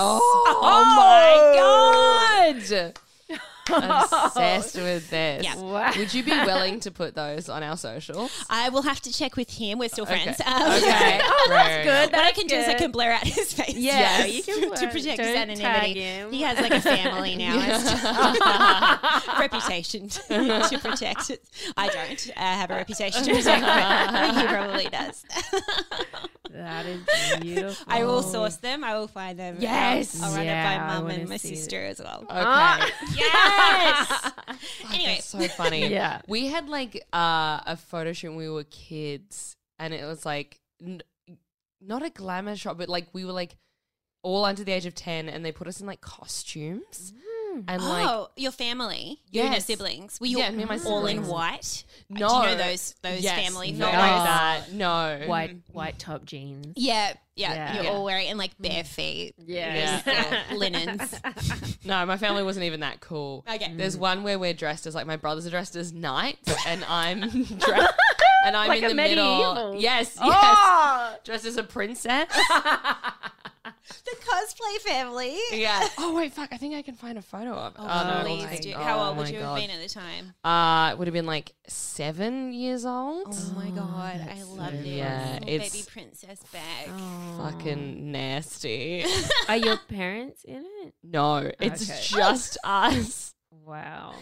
oh my god. (laughs) Obsessed with this. Yeah. Wow. (laughs) Would you be willing to put those on our socials? I will have to check with him. We're still friends. (laughs) Um, Okay. oh, that's good. What I can do is I good. can blur out his face. Yeah, Yes. you can To work. protect his Don't anonymity. tag him. He has like a family (laughs) now. It's just- reputation (laughs) to protect. it. I don't uh, have a reputation (laughs) to protect, but he probably does. That is beautiful. I will source them. I will find them. Yes. I'll, I'll run it Yeah, by I mum wanna and my see it. sister as well. (laughs) Okay. Yes. anyway, That's so funny. Yeah. We had like uh, a photo shoot when we were kids, and it was like n- not a glamour shot, but like we were like all under the age of 10 and they put us in like costumes and like oh, your family, you and your Yes. siblings. Were you Yeah, me and my all in siblings. white? no Do you know those those Yes, family no, photos? that no White Mm. white top jeans. Yeah, yeah, Mm. Yeah. You're Yeah. all wearing and like bare (laughs) feet. Yeah. Yeah, linens. no my family wasn't even that cool Okay. there's one where we're dressed as like my brothers are dressed as knights and i'm (laughs) dressed and i'm Like in a the middle medieval. yes yes dressed as (laughs) a princess the cosplay family. yeah oh wait fuck i think i can find a photo of it Oh, no. please my do. God. How old would Oh you my have God. been at the time? Uh, it would have been like seven years old. Oh my god, I love it. Yeah, Little it's- baby princess bag. Oh. Fucking nasty. (laughs) Are your parents in it? no, it's Okay. just us. Wow.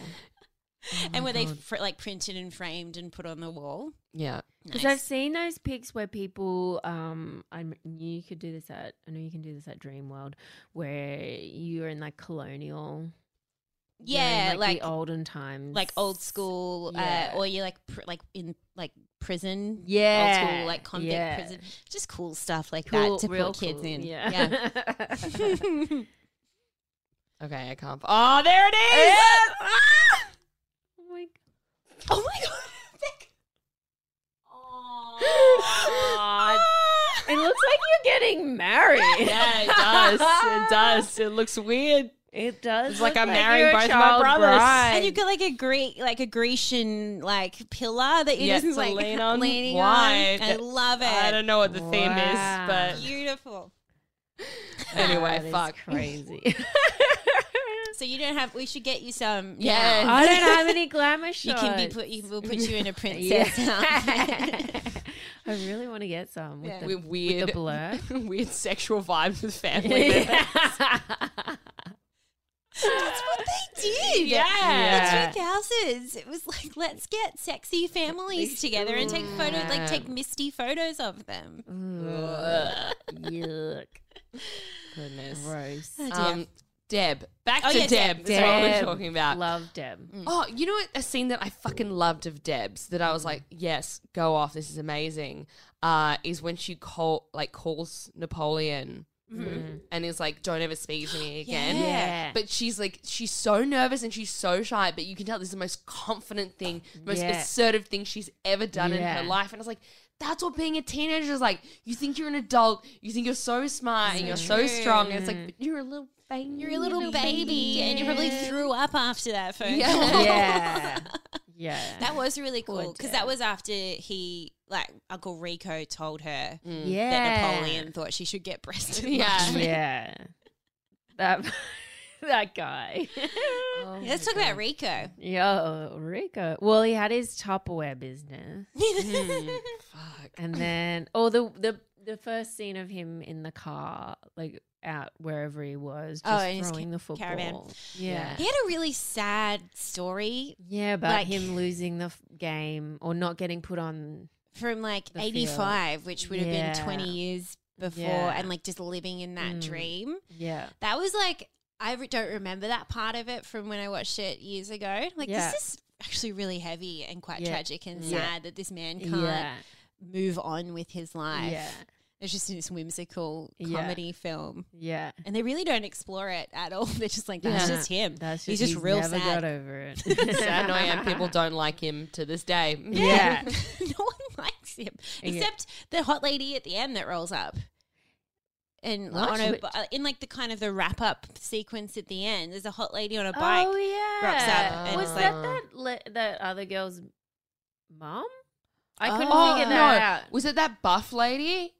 and were they fr- like printed and framed and put on the wall? Yeah. Because I've Nice. seen those pics where people, um, I knew you could do this at, I know you can do this at Dream World, where you're in like colonial, you know, Yeah, like the olden times, like old school, Yeah. uh, or you're like pr- like in like prison. Old yeah, school, like convict yeah. prison, just cool stuff like Cool, that to real put kids cool, in. yeah. Yeah, (laughs) Okay, I can't. f- Oh, there it is. (laughs) Oh my God. Oh my god. Beck. Aw. (laughs) it looks like (laughs) you're getting married. (laughs) Yeah, it does. it does. It looks weird. It does. It's like look I'm marrying you're a both my child brothers. bride. And you've got like a Greek, like a Grecian, like pillar that you're Yeah, just to like (laughs) lean on. leaning Why? on. I love it. I don't know what the theme Wow. is, Beautiful. but anyway, Ah, That is fuck. crazy. (laughs) So you don't have. We should get you some. Yes. now. I don't have any glamour shots. You can be put. You, we'll put you (laughs) in a Yeah. princess. (laughs) outfit. I really want to get some with Yeah. the We're with weird, the (laughs) blur. (laughs) (laughs) weird sexual vibes with family. members. Yeah. That's what they did. Yeah. The 2000s. It was like, let's get sexy families together and take photos, like take misty photos of them. Ugh. Yuck. Goodness. (laughs) Gross. Oh, dear. Um, Deb. Back Oh, to yeah, Deb. Deb. That's what we're Deb. talking about. Love Deb. Oh, you know what? A scene that I fucking loved of Deb's that I was like, yes, go off. This is amazing. Uh, is when she call like calls Napoleon and is like, don't ever speak to (gasps) me again. Mm-hmm. Yeah. But she's like, she's so nervous and she's so shy, but you can tell this is the most confident thing, most Uh, Yeah. assertive thing she's ever done in Yeah. her life. And I was like, that's what being a teenager is like. You think you're an adult, you think you're so smart and you're so strong. And it's like, but you're a little baby. You're a little baby, and you (laughs) probably threw up after that phone. Yeah. call. (laughs) Yeah. yeah. That was really cool Good because that was after he, like Uncle Rico, told her Mm. yeah. that Napoleon thought she should get breast (laughs) Yeah. enlargement. Yeah. That (laughs) that (laughs) guy. Oh Yeah, Let's talk about Rico. (laughs) Yo, Rico. Well, he had his Tupperware business. Mm. Fuck. (laughs) And then oh the the the first scene of him in the car, like out wherever he was, Oh, just in his throwing the ca- football. caravan. Yeah. He had a really sad story Yeah, about Like- him losing the f- game or not getting put on. from like The 85, which would have been Yeah. 20 years before, Yeah. and like just living in that Mm. dream. Yeah. That was like, I re- don't remember that part of it from when I watched it years ago. Like, Yeah. this is actually really heavy and quite Yeah. tragic and Yeah. sad that this man can't move on with his life. Yeah. It's just this whimsical Yeah. comedy film. Yeah. And they really don't explore it at all. (laughs) They're just like, that's Yeah. just him. That's just, he's just real never sad. got (laughs) over it. so annoying. (laughs) People don't like him to this day. Yeah. (laughs) no one (laughs) likes him Yeah. except the hot lady at the end that rolls up. And What? on a, Which- uh, in like the kind of the wrap up sequence at the end, there's a hot lady on a bike. Oh yeah, rocks up and was it's that like- that le- that other girl's mom? I couldn't Oh, figure no. that out. Was it that buff lady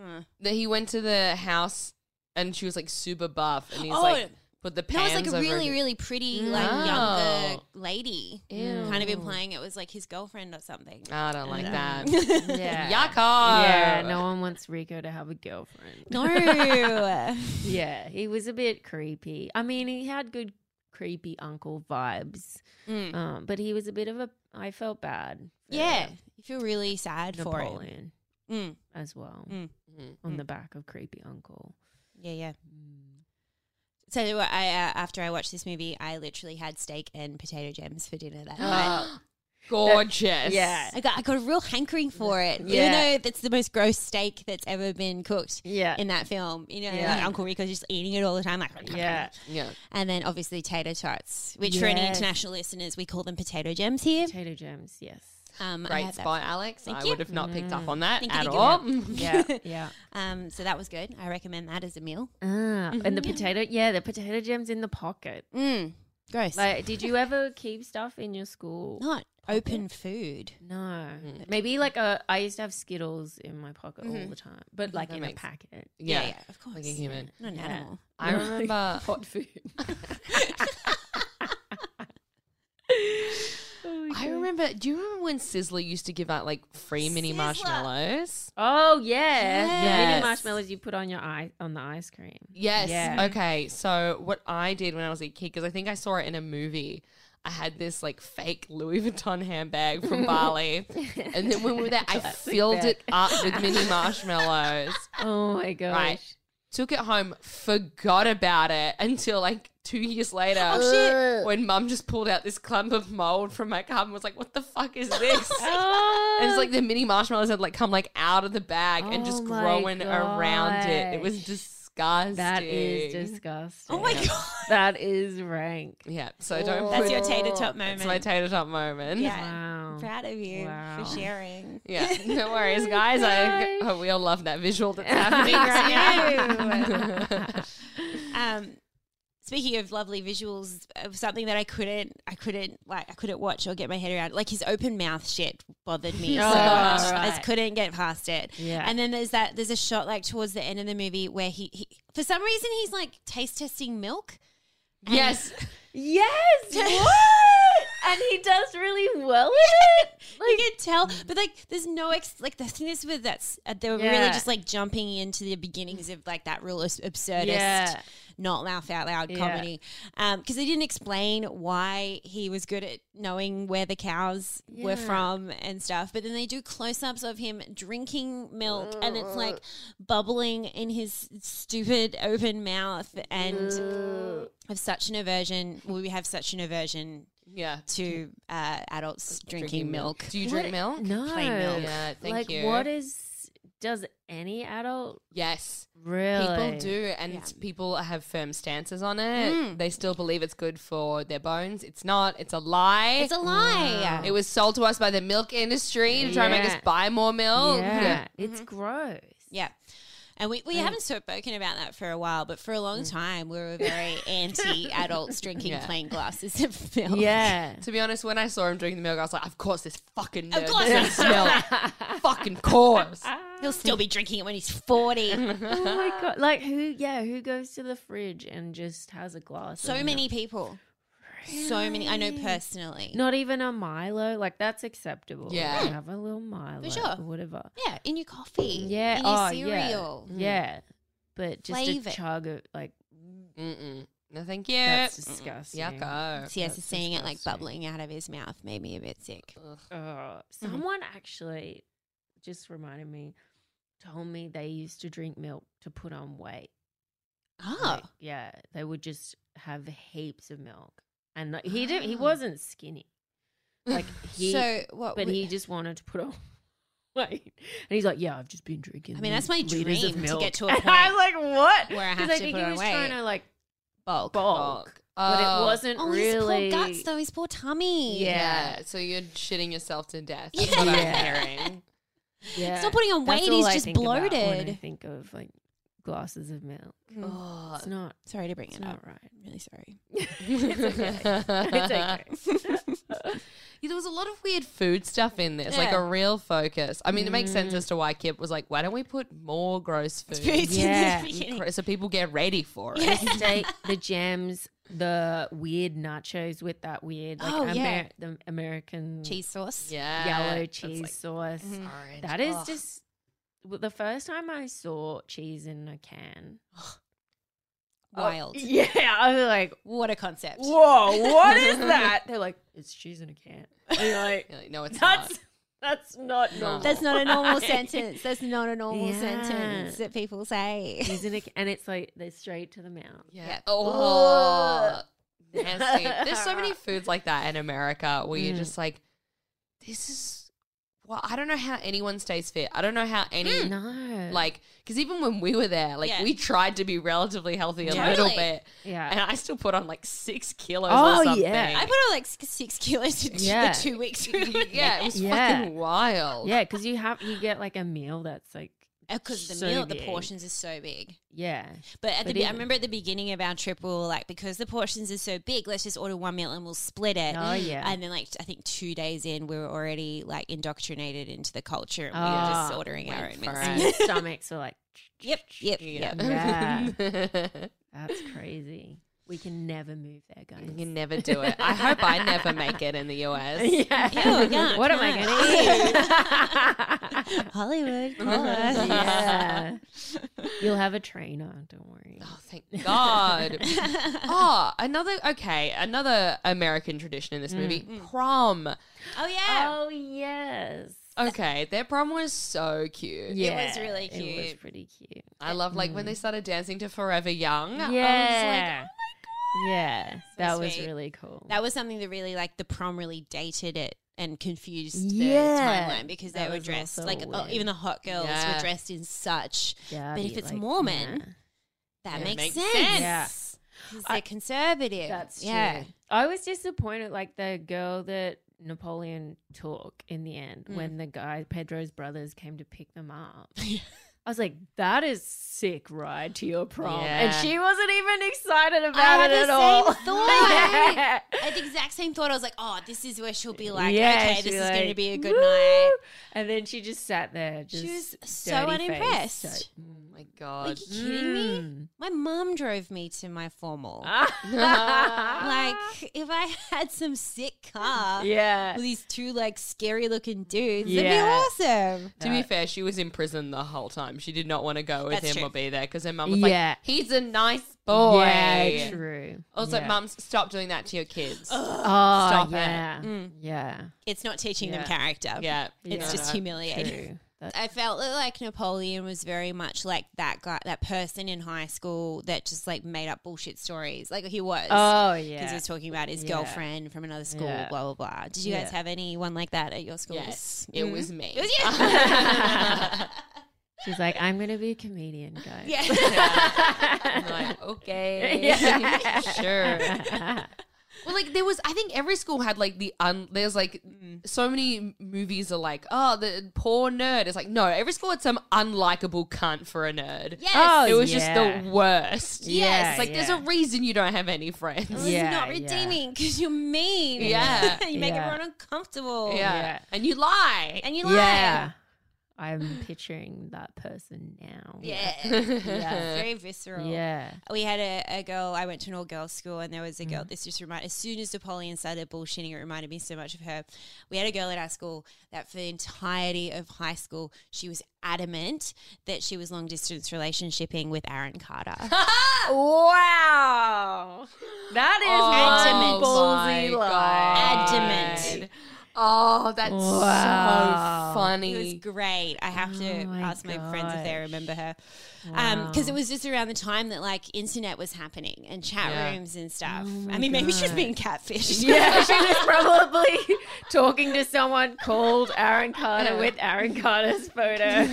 Huh. that he went to the house and she was like super buff and he's Oh. like put the No, pants it's like a over really, her- really pretty, like younger Oh. lady, Ew. kind of implying it was like his girlfriend or something. I don't like No. (laughs) that. Yeah, Yucko. Uh, yeah. No one wants Rico to have (laughs) a girlfriend. (laughs) No, Yeah, he was a bit creepy. I mean, he had good creepy uncle vibes, Mm. um, but he was a bit of a. I felt bad. for yeah, you feel really sad for him. Napoleon Mm. as well mm-hmm, Mm. Mhm. on the back of creepy uncle. Yeah, yeah. So I, uh, after I watched this movie, I literally had steak and potato jams for dinner that night. gorgeous. Yeah. I got, I got a real hankering for it. Even Yeah. though that's the most gross steak that's ever been cooked Yeah. in that film. You know, Yeah. like Uncle Rico's just eating it all the time. Like, Yeah. Yeah. And then obviously tater tots, which for any Yes. international listeners, we call them potato gems here. Potato gems, yes. (laughs) Um, I Great had that- spot, Alex. I you. Mm. would have not picked up on that Thank you, at thank you. all. (laughs) Yeah, yeah. (laughs) Um, so that was good. I recommend that as a meal. Ah, and Mm-hmm. the potato, yeah, the potato gems in the pocket. Mm, gross. Like, did you ever keep stuff in your school? Not open food. No. Hmm. Maybe like a, I used to have Skittles in my pocket all the time, but like in Mm-hmm. makes- a packet. (laughs) Yeah. of course. Like a human. Not an Yeah. animal. I remember Hot food. I remember do you remember when Sizzler used to give out like free mini Sizzler. marshmallows? Oh yeah, the Yes. mini marshmallows you put on your eye on the ice cream. Yes. Yeah. Okay. So what I did when I was a kid, because I think I saw it in a movie, I had this like fake Louis Vuitton handbag (laughs) from Bali, and then when we were there, I filled it up with mini marshmallows. Oh my gosh. (laughs) (laughs) Right. Took it home, forgot about it until like two years later. Oh, When mum just pulled out this clump of mold from my car and was like, "What the fuck is this?" And it's like the mini marshmallows had like come like out of the bag and just Oh my growing around it. It was gosh. disgusting. That is (laughs) disgusting. Oh (laughs) my god. That is rank. Yeah. So don't. That's That's, your tater tot moment. my tater tot moment. Yeah. Wow. Proud of you Wow. for sharing. (laughs) Yeah. (laughs) No worries, guys. I Gosh. hope we all love that visual that's happening right (laughs) (laughs) now. Um, speaking of lovely visuals, of something that I couldn't, I couldn't like, I couldn't watch or get my head around. Like his open mouth shit bothered me so Oh, much. I right. just couldn't get past it. Yeah. And then there's that. There's a shot like towards the end of the movie where he, he for some reason, he's like taste testing milk. And- (laughs) yes. (laughs) Yes. (laughs) what? And he does really well at it. (laughs) you can tell, but like, there's no ex- like the thing is with that's uh, they were really Yeah. just like jumping into the beginnings of like that real abs- absurdist, Yeah. not laugh out loud Yeah. comedy, because they didn't explain why he was good at knowing where the cows were Yeah. from and stuff. But then they do close ups of him drinking milk, and it's like bubbling in his stupid open mouth, and have such an aversion. Well, we have such an aversion. Yeah. To uh, adults drinking, milk. Do you drink milk? No. Plain milk. Yeah. Thank like you. what is does any adult Yes. really People do, and people have firm stances on it. They still believe it's good for their bones. It's not. It's a lie. It's a lie. it was sold to us by the milk industry to try and make Yeah. us buy more milk. Yeah. Mm-hmm. It's gross. Yeah. And we, we haven't spoken about that for a while, but for a long Mm. time we (laughs) were very anti adults drinking Yeah. plain glasses of (laughs) Oh. milk. (laughs) Yeah. To be honest, when I saw him drinking the milk, I was like, "Of course, this fucking nerd course (laughs) drinks milk. fucking (laughs) course." He'll still be drinking it when he's (laughs) 40. oh (laughs) my god. Like who yeah, who goes to the fridge and just has a glass so of many people. So many. I know personally. Not even a Milo. Like that's acceptable. Yeah. have a little Milo sure. or whatever. Yeah, in your coffee. Yeah, In your oh, yeah. cereal. Yeah. But just Flave a it. chug of like Mm-mm. No, thank you. that's disgusting. Yucko. See, I was seeing it like disgusting. bubbling out of his mouth made me a bit sick. Ugh. Mm-hmm. someone actually just reminded me told me they used to drink milk to put on weight. Oh. Uh, Like, yeah, they would just have heaps of milk. And like, he didn't he wasn't (laughs) skinny. Like he Ah. so what but would- he just wanted to put on (laughs) weight. And he's like, "Yeah, I've just been drinking." I mean, that's my liters of dream to milk." get to a (laughs) And I'm point like, "What?" where I have I to think put he on was weight. trying to like bulk. bulk, but it wasn't Oh, really. his poor guts though, his poor tummy. Yeah. Yeah. So you're shitting yourself to death. Yeah. That's what I'm Yeah. (laughs) hearing. Yeah. He's not putting on That's weight, all he's I just think about when I bloated. Mm. think of like glasses of milk. Oh, It's not. Sorry to bring It's it up. (laughs) not right. I'm really (laughs) sorry. It's okay. Yeah, (laughs) there was a lot of weird food stuff in this, like Yeah. a real focus. I mean, it makes Mm. sense as to why Kip was like, why don't we put more gross food (laughs) Yeah. (laughs) so people get ready for it? steak, the jams, the weird nachos with that weird like Oh, Amer- yeah. the American Cheese sauce. Yeah. yellow It's cheese like sauce. Mm-hmm. orange. That is Ugh. just well, the first time I saw cheese in a can. Wild. Oh, (laughs) Yeah, I was like, What a concept. "Whoa, what (laughs) is that?" They're like, "It's cheese in a can." And you're like, You're like, no, it's (laughs) "That's not. that's not normal." That's not a normal (laughs) Why? sentence. That's not a normal Yeah. sentence that people say. Cheese in a can, and it's like they're straight to the mouth. (laughs) Yeah. (laughs) Mm. Oh, nasty. There's so many foods like that in America where you're just like, this is well, I don't know how anyone stays fit. I don't know how any Mm. No. like because even when we were there, like Yeah. we tried to be relatively healthy a Totally. little bit, Yeah. and I still put on like six kilos Oh, or something. (laughs) yeah. I put on like six, six kilos in t- Yeah. the two weeks. yeah, (laughs) it was (laughs) Yeah. fucking wild. yeah, because you have you get like a meal that's like Because Uh, the So meal, the big. portions are so big. yeah, But at But the be- I even- remember at the beginning of our trip, we were like, because the portions are so big, let's just order one meal and we'll split it. Oh, yeah. And then like I think two days in, we were already like indoctrinated into the culture, and we were just Oh, ordering our own went for meals. it. and your stomachs are like (laughs) Yep, yep, yep. (laughs) (laughs) yeah, that's crazy. We can never move there, guys. you can never do it. I hope I never make it in the US. (laughs) yeah. Ew, yuck, (laughs) what am I gonna (laughs) eat? (laughs) (laughs) Hollywood, (laughs) call us. yeah. You'll have a trainer, don't worry. Oh, thank God. (laughs) oh, another, okay, another American tradition Mm. in this movie prom. Oh yeah. yes. Okay, their prom was so cute. Yeah. was really It was cute. pretty cute. I love, like, when they started dancing to Forever Young. I was like, Yeah. Yeah. that was sweet. really cool. That was something that really like the prom really dated it and confused Yeah. the timeline because they That were was dressed also like oh, weird. even the hot girls Yeah. were dressed in such. Yeah, but be if it's like, Mormon, yeah. that Yeah. makes, sense. Makes sense. Yeah. 'Cause I- they're conservative. That's yeah. true. I was disappointed, like the girl that Napoleon took in the end Hmm. when the guy Pedro's brothers came to pick (laughs) them up. I was like, that is sick ride to your prom, and Yeah. she wasn't even excited about had it the at same all. thought. (laughs) Yeah. I had the exact same thought. I was like, oh, this is where she'll be like, Yeah, okay, she'd this be is going to like, be a good "Woo!" night. And then she just sat there. Just She was so dirty-faced, unimpressed. like, Oh mm. my Like, God. you kidding me? Mm. My mom drove me to my formal. Ah. (laughs) like, if I had some sick car (laughs) yeah. with these two, like, scary looking dudes, Yeah. it'd be awesome. To be fair, she was in prison the whole time. She did not want to go with That's him true. or be there because her mum was Yeah. like, he's a nice boy. Yeah, true. I was like, Yeah. mum, stop doing that to your kids. Oh, it. yeah. Mm. Yeah. It's not teaching them Yeah. character. Yeah. It's No, just no. humiliating. True. That- I felt that, like Napoleon was very much like that guy, that person in high school that just like made up bullshit stories. Like he was. (laughs) oh, Because yeah. he was talking about his Yeah. girlfriend from another school, Yeah. blah, blah, blah. Did you guys Yeah. have anyone like that at your schools? Yes, it Mhm. was me. It was (laughs) (laughs) you. She's like, I'm going to be a comedian, guys. (laughs) (laughs) I'm like, okay. sure. Yeah. (laughs) Well, like there was, I think every school had like the un. There's like so many m- movies are like, oh, the poor nerd. It's like no, every school had some unlikable cunt for a nerd. Yes. Oh, it was yeah. just the worst. Yeah, it's like there's yeah. a reason you don't have any It (laughs) friends. was Yeah, not yeah. redeeming because you're mean. Yeah. (laughs) you make Yeah. everyone uncomfortable. Yeah. Yeah. and you lie. Oh, And you lie. yeah. I'm picturing that person now. Yeah. It's (laughs) very visceral. Yeah. We had a, a girl, I went to an all girls school, and there was a Mm. girl. This just reminded, as soon as Napoleon started bullshitting, it reminded me so much of her. We had a girl at our school that for the entirety of high school, she was adamant that she was long distance relationshiping with Aaron (laughs) Carter. Oh, Wow. That is Adamant. one ballsy Oh my lie. adamant. Oh, that's Wow. so funny. It was great. I have to Oh my ask my friends if they gosh. remember her. Because it was just around the time that like internet was happening and chat Yeah. rooms and stuff. I mean, maybe she's being catfished. (laughs) Oh (laughs) Yeah, Oh. she was probably talking to someone called Aaron Carter with Aaron (laughs) Carter's photo.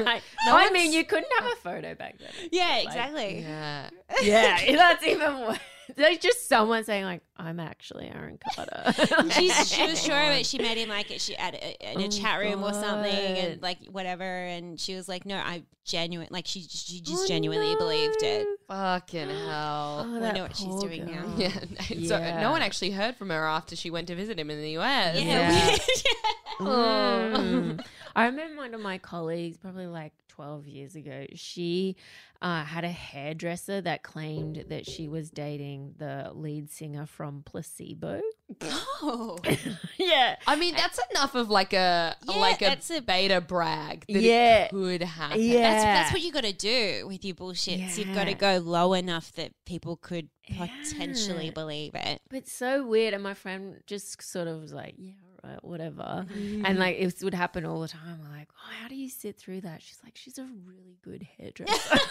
Like, I mean, you couldn't have a photo back then. yeah, exactly. yeah. Yeah, (laughs) that's even worse. Like just someone saying like, "I'm actually Aaron Carter." (laughs) She's, she was sure of it. She met him like at, she, at a, in a chat room or something, and God. like whatever. And she was like, "No, I genuine like she she just genuinely believed it." (laughs) (gasps) Fucking hell. (laughs) Oh, we that know what she's poor doing now. (laughs) girl. Yeah. So Yeah. no one actually heard from her after she went to visit him in the US. Yeah, Yeah. we- Mm. (laughs) I remember one of my colleagues, probably like 12 years ago, she uh, had a hairdresser that claimed that she was dating the lead singer from Placebo. (laughs) oh, Yeah. I mean, that's enough of like a Yeah, like a, that's a- beta brag that Yeah. it could happen. Yeah. that's that's what you got to do with your bullshits. You've got to Yeah. go low enough that people could potentially believe it. But so weird. And my friend just sort of was like, yeah, all right, whatever. And like, it would happen all the time. We're like, oh, how do you sit through that? She's like, she's a really good hairdresser. (laughs)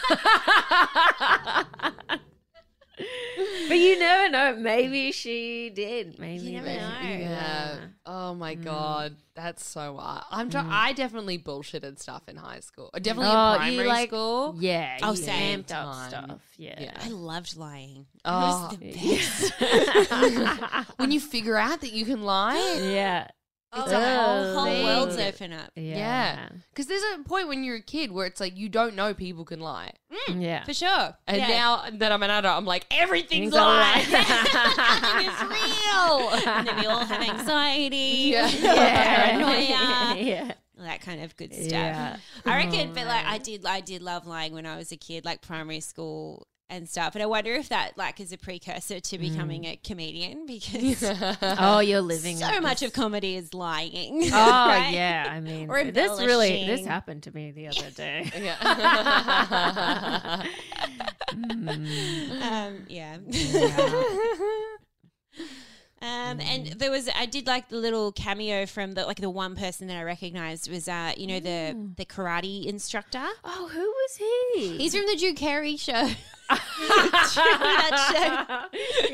But you never know. Maybe she did. Maybe never they- know. Yeah. Oh Mm. my god, that's so wild. I'm. Try- I definitely bullshitted stuff in high school. Uh, Definitely in Oh, you primary like- school. Yeah. Oh, you same amped up time. stuff. Yeah. Yeah. I loved lying. It Oh. was the (laughs) best. (laughs) When you figure out that you can (gasps) lie. Yeah. It's a whole, whole Ew. world's open up. Yeah. Because there's a point when you're a kid where it's like you don't know people can lie. Yeah. For sure. And Yeah. now that I'm an adult, I'm like everything's Things are lie. (laughs) Nothing is real. and then we all have anxiety, Yeah. (laughs) (laughs) paranoia, yeah. all that kind of good stuff. Yeah. I reckon, but like I did, I did love lying when I was a kid, like primary school and stuff. And I wonder if that like is a precursor to becoming a (laughs) comedian because (laughs) Oh, you're living. so much of comedy is lying. (laughs) Oh right? yeah, I mean Or this really this embellishing. happened to me (laughs) the other day. (laughs) yeah. um, yeah. (laughs) um, and there was I did like the little cameo from the like the one person that I recognized was uh you know the the karate instructor. (laughs) Oh, who was he? (laughs) He's from the Drew Carey show. Do you remember that show?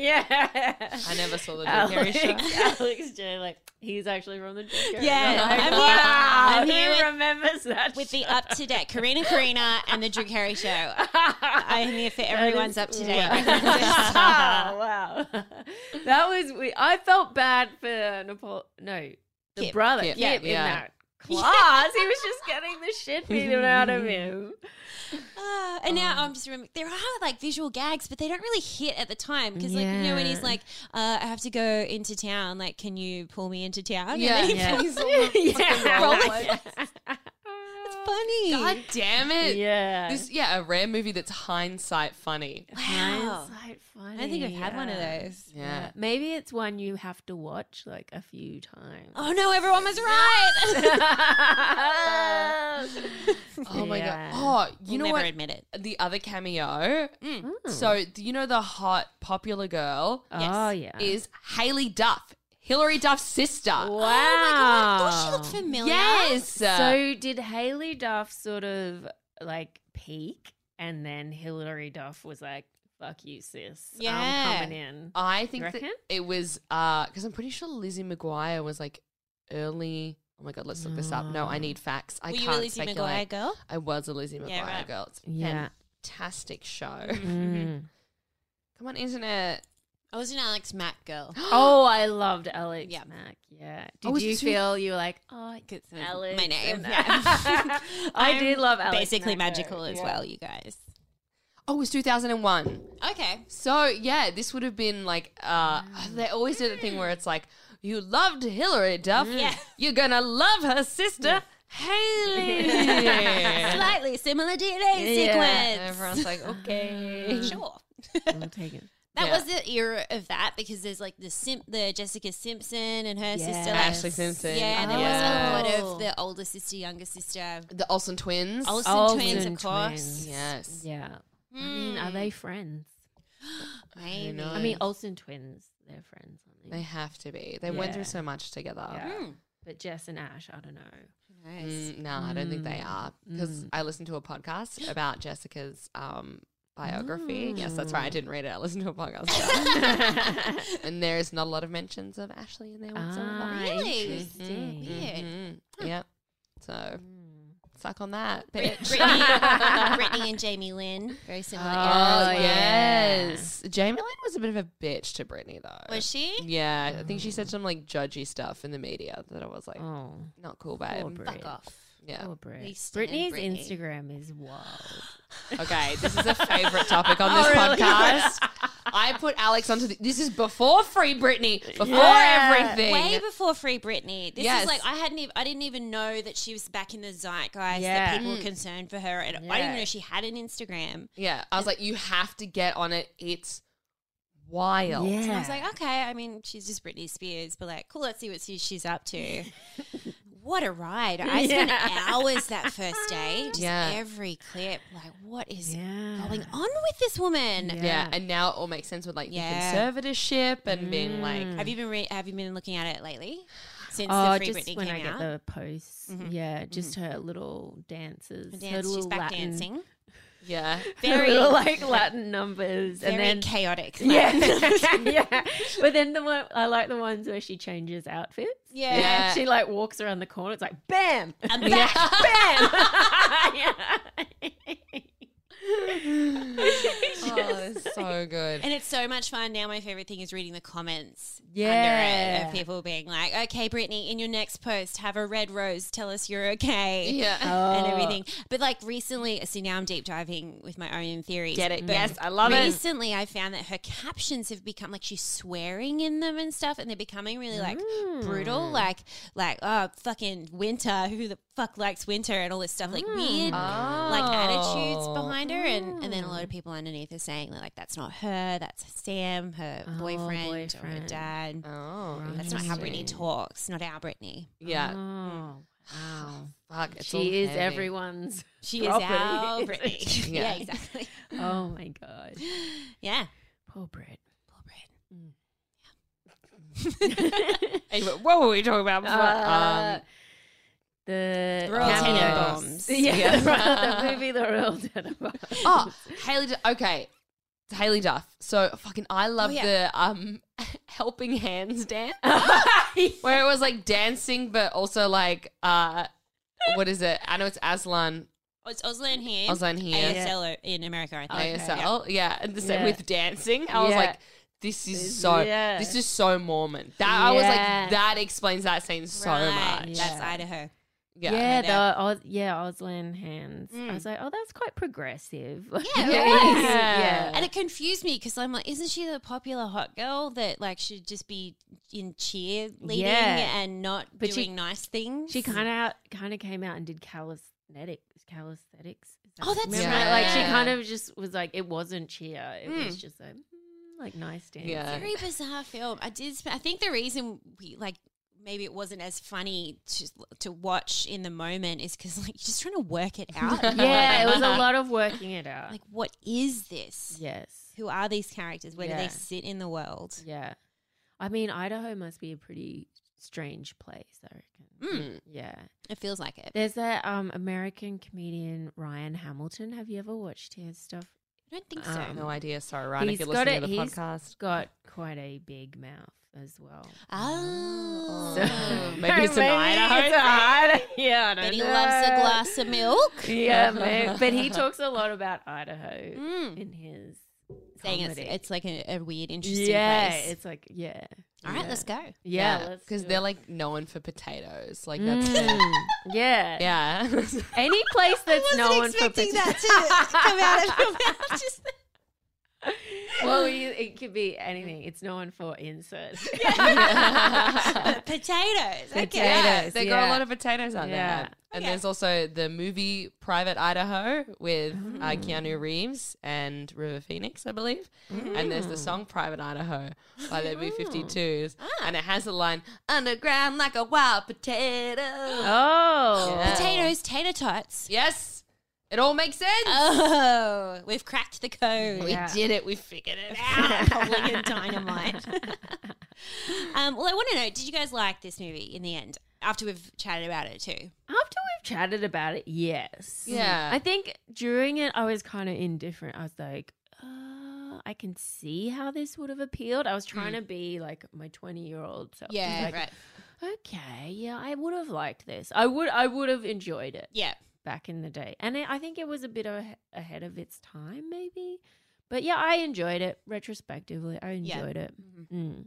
(laughs) (laughs) (laughs) yeah. I never saw the Drew Carey Alex, show. (laughs) Alex J, like he's actually from the Drew Carey. Yeah, show. I'm Like, here- wow, I'm here who with- remembers that? With show? the up to date Karina Karina and the Drew Carey show. (laughs) (laughs) I am here for everyone's up to (laughs) oh, date. wow, that was. We- I felt bad for Nepal. No, the Kip. brother. Kip, Kip, yeah. in that class. he was just getting the shit beaten out of him. Ah, (laughs) and now I'm just remembering there are like visual gags, but they don't really hit at the time because, like, you know, when he's Yeah. like, uh, "I have to go into town. Like, can you pull me into town?" And Yeah. then- (laughs) Yeah. (laughs) yeah. it's funny. (laughs) God damn it. yeah. This yeah, a rare movie that's hindsight funny. wow. Hindsight I funny, don't think I've had one of yeah. those. Yeah. Maybe it's one you have to watch like a few times. (laughs) Oh no, everyone was right. Oh my Yeah. god. Oh, you you know never what? admit it. the other cameo. Mm. Hmm. So do you know the hot popular girl Oh yeah. is Haley Duff, Hilary Duff's sister. Oh wow. I thought she looked familiar. Yes. Oh, So did Haley Duff sort of like peak, and then Hillary Duff was like, "Fuck you, sis. Yeah. I'm coming in." I think You that reckon? it was because I'm pretty sure Lizzie McGuire was like early. Oh my god, let's look this up. No, I need facts. I Mm. Were can't you a Lizzie McGuire speculate. girl? I was a Lizzie McGuire Yeah, right. girl. It's a Yeah. fantastic show. Mm-hmm. Mm. (gasps) Come on, internet. (gasps) I was an Alex Mack (gasps) girl. Oh, I loved Alex Yeah. Mack. Yeah. I Did was you too- feel you were like, oh, Good, so Alex? my name. and that." I (laughs) (laughs) did I'm love Alex. Basically Mack, though. magical as Yeah. well, you guys. Oh, it was 2001. (laughs) Okay. So yeah, this would have been like uh, Mm. they always did a thing where it's like you loved Hillary Duff, Yeah. you're gonna love her sister (laughs) Haley. Slightly similar DNA Yeah. sequence. Everyone's like, (laughs) okay, sure. I'll take it. That Yeah. was the era of that because there's like the Sim- the Jessica Simpson and her sister like, Ashley Simpson. Yeah, there was a lot Oh. of the older sister, younger sister, the Olsen twins. Olsen, Olsen twins, of course. Hmm. twins. Yes. Yeah. I mean, are they friends? Maybe. know. I mean, Olsen twins, they're friends, aren't they? They have to be. They went through Yeah. so much together. Yeah. Hmm. But Jess and Ash, I don't know. Nice. Mm, no, I don't think they are because I listened to a podcast about Jessica's um, biography. Yes, that's right. I didn't read it. I listened to a podcast, about it. and there is not a lot of mentions of Ashley in there Ah, whatsoever. Really? Ah, interesting. Weird. Mm, Yep. So suck on that, bitch. Brittany, Brittany and Jamie Lynn, very similar. Mm. (laughs) Oh era as well. yes, Jamie Lynn was a bit of a bitch to Brittany though. Was she? Yeah, I think she said some like judgy stuff in the media that I was like, Oh, not cool, poor babe. Brit. Fuck off. Yeah. Poor Oh, Brit. We stand Brittany's Brittany. Instagram is wild. (gasps) Okay, this is a favorite topic (laughs) on this podcast. I put Alex onto the, this is before Free Britney, before everything. Way before Free Britney, this Yes. is like I hadn't, even, I didn't even know that she was back in the zeitgeist. Yeah. That people were concerned for her, and I didn't Yeah. even know she had an Instagram. yeah, I was like, you have to get on it. It's wild. And I was like, okay, I mean, she's just Britney Spears, but like, cool, let's see what she, she's up (laughs) to. what a ride. I spent hours that first day, just Yeah. every clip, like, what is Yeah. going on with this woman? Yeah. and now it all makes sense with like Yeah. the conservatorship and being like, Have you been re- have you been looking at it lately? Since Oh, the Free just Britney when came I get out? the posts, yeah, just her little dances, The her dance, little she's back (laughs) Latin- dancing. Yeah. (laughs) Very, Little, (laughs) like Latin numbers, very (laughs) and then chaotic. yeah, (laughs) (laughs) yeah. But then the one I like the ones where she changes outfits. Yeah. Yeah. (laughs) she like walks around the corner. It's like (laughs) bam, I'm back. (laughs) bam. Oh, (laughs) it's so good. And it's so much fun. Now my favorite thing is reading the comments under it Yeah. of people being like, okay, Brittany, in your next post, have a red rose. Tell us you're okay. yeah. And everything. But like recently, see, now I'm deep diving with my own (laughs) theories. Get it. But Yes, I love it. Recently, I found that her captions have become like she's swearing in them and stuff, and they're becoming really like brutal, like like oh fucking winter, who the fuck likes winter and all this stuff, like weird like attitudes Oh. behind her, and, and then a lot of people underneath are saying like that's not her, that's Sam, her Oh, boyfriend, or her boyfriend. dad. Oh, That's not how Brittany interesting. talks. Not our Brittany. Yeah. Oh, wow. Fuck. It's all she is heavy. everyone's. She is Property. our Brittany. yeah, Yeah. exactly. Oh my (gasps) god, Yeah. poor Brit. Poor Brit. Hey, wh- what were we talking about (laughs) before? Uh, um, the Royal cameos. Tenenbaums. (laughs) Yeah, (laughs) Yeah. the, the movie The Royal (laughs) Tenenbaums. (laughs) oh, Haley. Du- okay, Haley Duff. So fucking, I Oh, love yeah. the um, (laughs) helping hands dance, where it was like dancing, but also like uh, what is it? I know it's Aslan Oh, it's Auslan here. Aslan here. ASL in America, I think. ASL. Yeah, and the same Yeah. with dancing. I was Yeah. like. This is so. Yeah. This is so Mormon. That I was Yeah. like. That explains that scene so Right, much. That's Yeah. Idaho. (laughs) Yeah, Yeah. the Oz, yeah, Auslan hands. I was like, oh, that's quite progressive. (laughs) Yeah, it was. yeah. And it confused me because I'm like, isn't she the popular hot girl that like should just be in cheerleading Yeah. and not But she- doing nice things? She kind of kind of came out and did calisthenics. Calisthenics. Is that- Oh, that's remember right. that? Like she Yeah. kind of just was like, it wasn't cheer. It was just like, mm, like nice dance. Yeah. very bizarre film. I did. sp- I think the reason we like maybe it wasn't as funny to to watch in the moment is because like you're just trying to work (laughs) it out. Yeah, it (laughs) was a lot of working it out. Like, what is this? yes. Who are these characters? Where do they Yeah. sit in the world? Yeah. I mean, Idaho must be a pretty strange place, I reckon. Yeah. It feels like it. I There's that um, American comedian Ryan Hamilton. Have you ever watched his stuff? don't think so. Um, No idea. Sorry, Ryan. If He's you're got listening it- to the he's podcast, Got quite a big mouth as well. Oh, maybe it's an Idaho. (laughs) it's an Idaho. (laughs) Yeah, I don't Betty know. loves a glass of milk. (laughs) (laughs) Yeah, man. but he talks a lot about Idaho in his Saying it's, comedy. it's like a, a weird, interesting yeah, place. it's like yeah, All right, let's go. yeah, let's because do they're it. like known for potatoes. Like that's yeah, (laughs) yeah. Any (laughs) place that's known for expecting potato- that to come out (laughs) of your mouth. Just (laughs) well, you, it could be anything. It's known for insert. potatoes. Okay. yeah, Potatoes, they got a yeah. lot of potatoes out Yeah. there. And there's also the movie Private Idaho with uh, Keanu Reeves and River Phoenix, I believe. And there's the song Private Idaho by the B52s. And it has the line, underground like a wild potato. Oh, Yeah. Potatoes, tater tots. Yes, it all makes sense. Oh, we've cracked the code. We did it. We figured it out. Probably in dynamite. (laughs) um, well, I want to know did you guys like this movie in the end? After we've chatted about it too. after we've chatted about it, yes, Yeah. I think during it, I was kind of indifferent. I was like, uh, I can see how this would have appealed. I was trying to be like my twenty-year-old self. Mm. Yeah, Like, right. Okay, yeah, I would have liked this. I would, I would have enjoyed it. Yeah. back in the day. And I I think it was a bit a- ahead of its time, maybe. But yeah, I enjoyed it retrospectively. I Yeah. enjoyed it. Mm.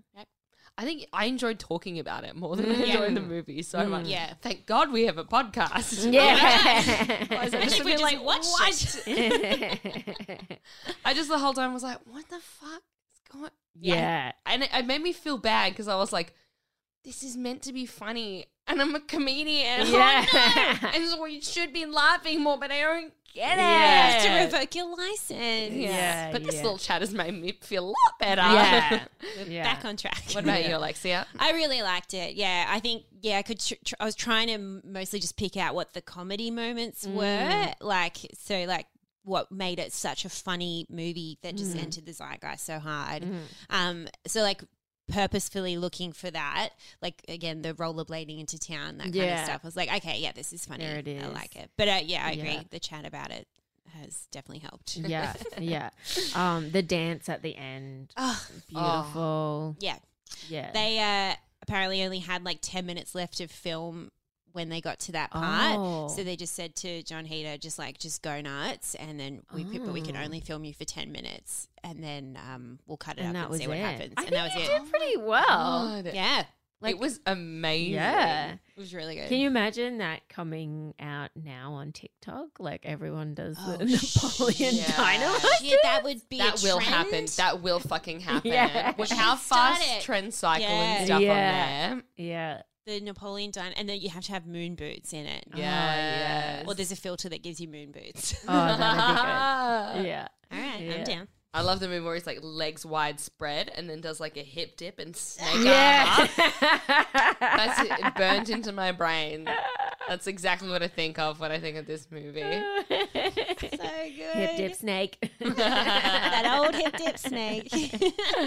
I think I enjoyed talking about it more than I enjoyed the movie so much. Yeah. Mm. Thank God we have a podcast. (laughs) Yeah. Imagine if we like watched it. (laughs) (laughs) I just the whole time was like, what the fuck is going yeah. And it, it made me feel bad because I was like, this is meant to be funny and I'm a Oh, comedian. Yeah. and so we should be laughing more, but I don't get it. Yeah. To revoke your license. Yeah, But this yeah. little chat has made me feel a lot better. Yeah. Yeah. Back on track. (laughs) what about you, Alexia? (laughs) I really liked it. Yeah, I think yeah, I could. Tr- tr- I was trying to m- mostly just pick out what the comedy moments Mm. were, like so, like what made it such a funny movie that just Mm. entered the zeitgeist so hard. Mm-hmm. Um, so like purposefully looking for that, like again the rollerblading into town, that kind of Yeah. stuff. I was like, okay, yeah, this is funny. There it I is. like it. But uh, yeah, I agree. Yeah. The chat about it has definitely helped. yeah, yeah. Um, the dance at (laughs) the end, Oh, beautiful. yeah. Yeah, Oh. They uh, apparently only had like 10 minutes left of film when they got to that part. Oh. So they just said to John Heater, just like, just go nuts. And then we, pi- but we can only film you for 10 minutes. And then um, we'll cut it Oh. And up that and was see what it. happens. I and that was think it. Oh you did pretty well. God. Yeah. it was amazing. Yeah. It was really good. Can you imagine that coming out now on TikTok? Like everyone does Oh, the (laughs) Napoleon shit. Dynamite. Shit, that would be That a will trend. happen. That will (laughs) fucking happen. Yeah. Well, How Start fast it. trend cycle Yeah. and stuff Yeah. on there. Yeah. the Napoleon Dynamite. And then you have to have moon boots in it. Oh, Yeah, Or there's a filter that gives you moon boots. Oh, that'd be good. Yeah. (laughs) All right, Yeah. I'm down. I love the move where he's like legs wide spread and then does like a hip dip and snake arm (laughs) Yeah. up. (laughs) That's it burnt into my brain. That's exactly what I think of when I think of this movie. So good. Hip dip snake. (laughs) (laughs) that old hip dip snake. (laughs)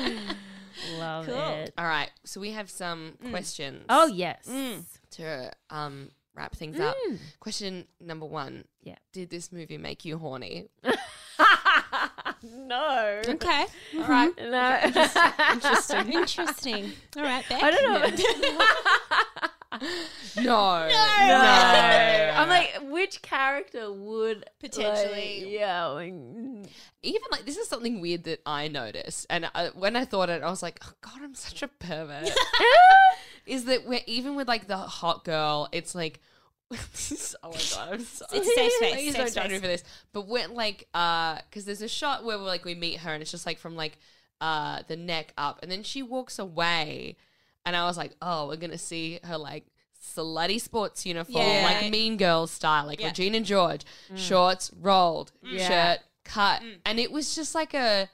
Love Cool. it. All right, so we have some questions. Oh yes. Mm. to um wrap things up. Question number one. Mm. Yeah. Did this movie make you horny? No. Okay. All right. No. (laughs) (laughs) Interesting. Interesting. All right, Beck. I don't know. (laughs) No. No. I'm like, which character would Potentially. like, yeah. like, Even like this is something weird that I noticed, and I, when I thought it, I was like, oh, "God, I'm such (laughs) a pervert." is that we're even with like the hot girl? It's like, (laughs) oh my god, I'm sorry. It's safe space, safe Please don't judge me space. for this. But when like, uh, because there's a shot where we're like we meet her, and it's just like from like uh the neck up, and then she walks away, and I was like, "Oh, we're gonna see her like." Slutty sports uniform, Yeah. like Mean Girls style, like Yeah. Mm. Regina George, shorts rolled, Yeah. shirt cut, Mm. and it was just like a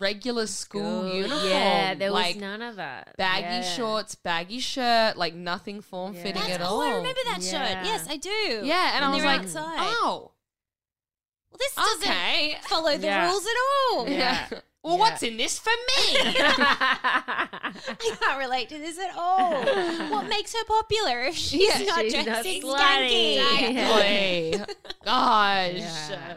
regular school uniform. Yeah, there like was none of that. baggy Yeah. shorts, (laughs) baggy shirt, like nothing form fitting That's- at oh, all. I remember that Yeah. shot. Yes, I do. Yeah, and I When was they're like, outside. oh, (laughs) Well, this doesn't okay. follow the Yeah. rules at all. (laughs) (laughs) Yeah. well, what's in this for me? I can't relate to this at all. (laughs) what makes her popular if she's Yeah. not She's not dressed in slutty. skanky? (laughs) Yeah. (laughs) Oi. Gosh. Yeah.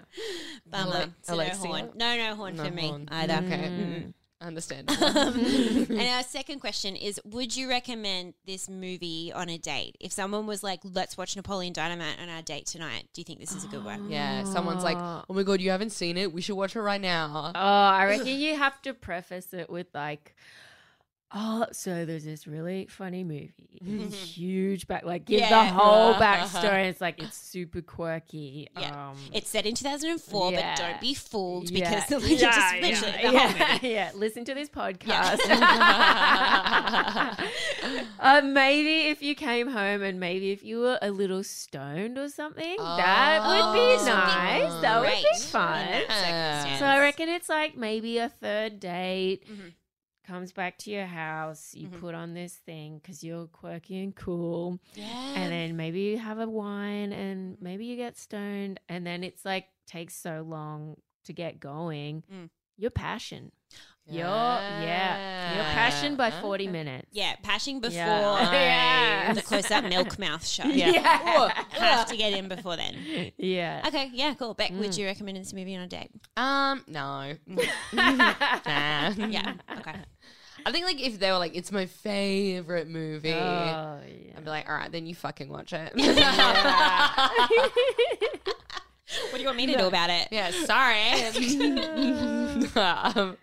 Bummer. Ale- So no Alexia? horn. No, no horn No for me horn. either. Mm. Um, Okay. Mm. Mm. (laughs) Understandable. (laughs) (laughs) and our second question is Would you recommend this movie on a date? If someone was like, let's watch Napoleon Dynamite on our date tonight, do you think this is a good one? yeah, someone's like, oh my god, you haven't seen it. We should watch it right now. (laughs) Oh, I reckon you have to preface it with like, oh, so there's this really funny movie, Mm-hmm. It's huge back, like give the Yeah. Uh-huh. whole backstory. It's like it's super quirky. Yeah. Um, It's set in 2004, yeah. but don't be fooled yeah. because (laughs) the leader just Oh, literally yeah, the whole yeah, yeah. Listen to this podcast. (laughs) uh, maybe if you came home and maybe if you were a little stoned or something, that would Oh. be nice. That would Great be in fun. Yeah. So I reckon it's like maybe a third date. Comes back to your house, Mm-hmm. you put on this thing because you're quirky and cool, Yeah. Mm. and then maybe you have a wine and maybe you get stoned, and then it's like takes so long to get going. Mm. Your passion, your yeah, your passion by forty minutes. (laughs) Yeah, Pashing before Yeah. the close (laughs) up milk mouth show. yeah, Have to get in before then. (laughs) yeah. Okay, yeah, cool. Beck, Mm. would you recommend this movie on a (laughs) date? Um, (laughs) no. Nah. Yeah. Okay. I think like if they were like, it's my favorite movie, Oh, I'd be like, all right, then you fucking (laughs) watch it. yeah. What do you want me to do about it? yeah, (laughs) sorry. um,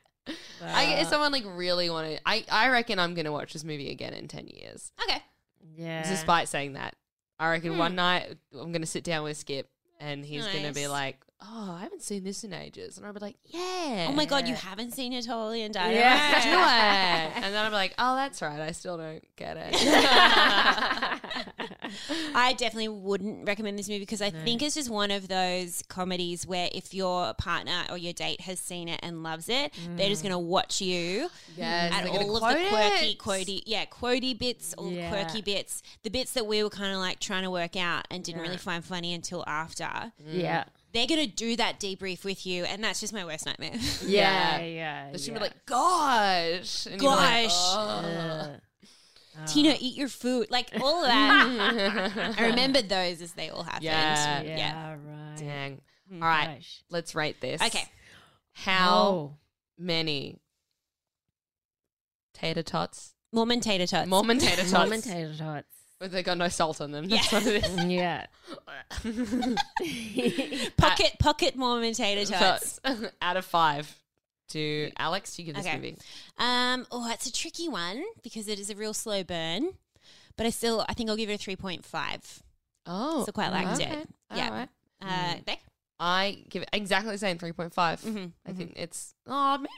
I, if someone like really wanted, I I reckon I'm gonna watch this movie again in ten years, Okay. yeah. despite saying that. I reckon one night I'm gonna sit down with Skip and he's gonna be Hmm. Nice. like, oh, I haven't seen this in ages, and I'll be like, yeah. Oh my god, you haven't seen Napoleon Dynamite? (laughs) Do it. and then I'm like, oh, that's right. I still don't (laughs) get it. I definitely wouldn't recommend this movie because I think it's just one of those comedies where if your partner or your date has seen it and loves it, they're just going to watch you Mm. yes, at they're gonna all of the quote quirky, it. quotey, yeah, quotey bits, all Yeah. the quirky bits, the bits that we were kind of like trying to work out and didn't really find funny until after. Mm. yeah. They're going to do that debrief with you, and that's just my worst (laughs) nightmare. (laughs) Yeah, Yeah. yeah. They should yeah. be like, gosh. And you're like, Gosh. "Oh." (laughs) Ugh. Tina, eat your food, like (laughs) all of that. I remembered those as they all happened. Yeah. oh, yeah, right. Mm, Dang. All right, Gosh. Oh, let's rate this. Okay. Oh. How (laughs) many tater tots? Mormon tater tots. Mormon tater tots. Mom and tater tots. But they got no salt on them. That's Yeah. (laughs) what it is. (laughs) Yeah. (laughs) pocket pocket Mormon tater tots. So, (laughs) out of five, do Alex, you give this Okay. movie? Um, oh, that's a tricky one because it is a real slow burn. But I still, I think I'll give it a three point five. Oh, So quite liked it. Yeah. Alright. Uh, Mm. Beck? I give it exactly the same 3.5. Mm-hmm, Mhm, I think it's, oh, maybe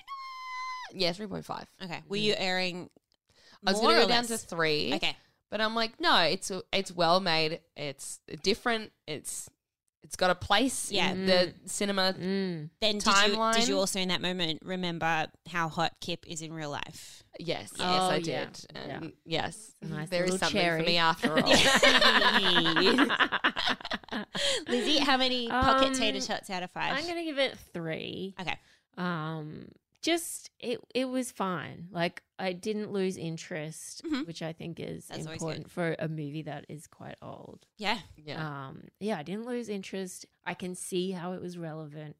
not. Yeah, 3.5. Okay. Were you airing? Mm. I was more going to or go down to less? three. Okay. But I'm like, no, it's it's well made. It's different. It's it's got a place Yeah. in the cinema. Mm. Then did you, did Timeline? you also in that moment remember how hot Kip is in real (laughs) life? Yes, yes, Oh, I yeah. did. Yeah. And yes, nice there is little something cherry. for me (laughs) after all. Lizzie, how many pocket Um, tater tots out of 5 I'm gonna give it three. Okay. Um, just it it was fine. Like I didn't lose interest, Mhm. which I think is That's always good. important for a movie that is quite old. yeah. yeah. Um, yeah, I didn't lose interest. I can see how it was relevant.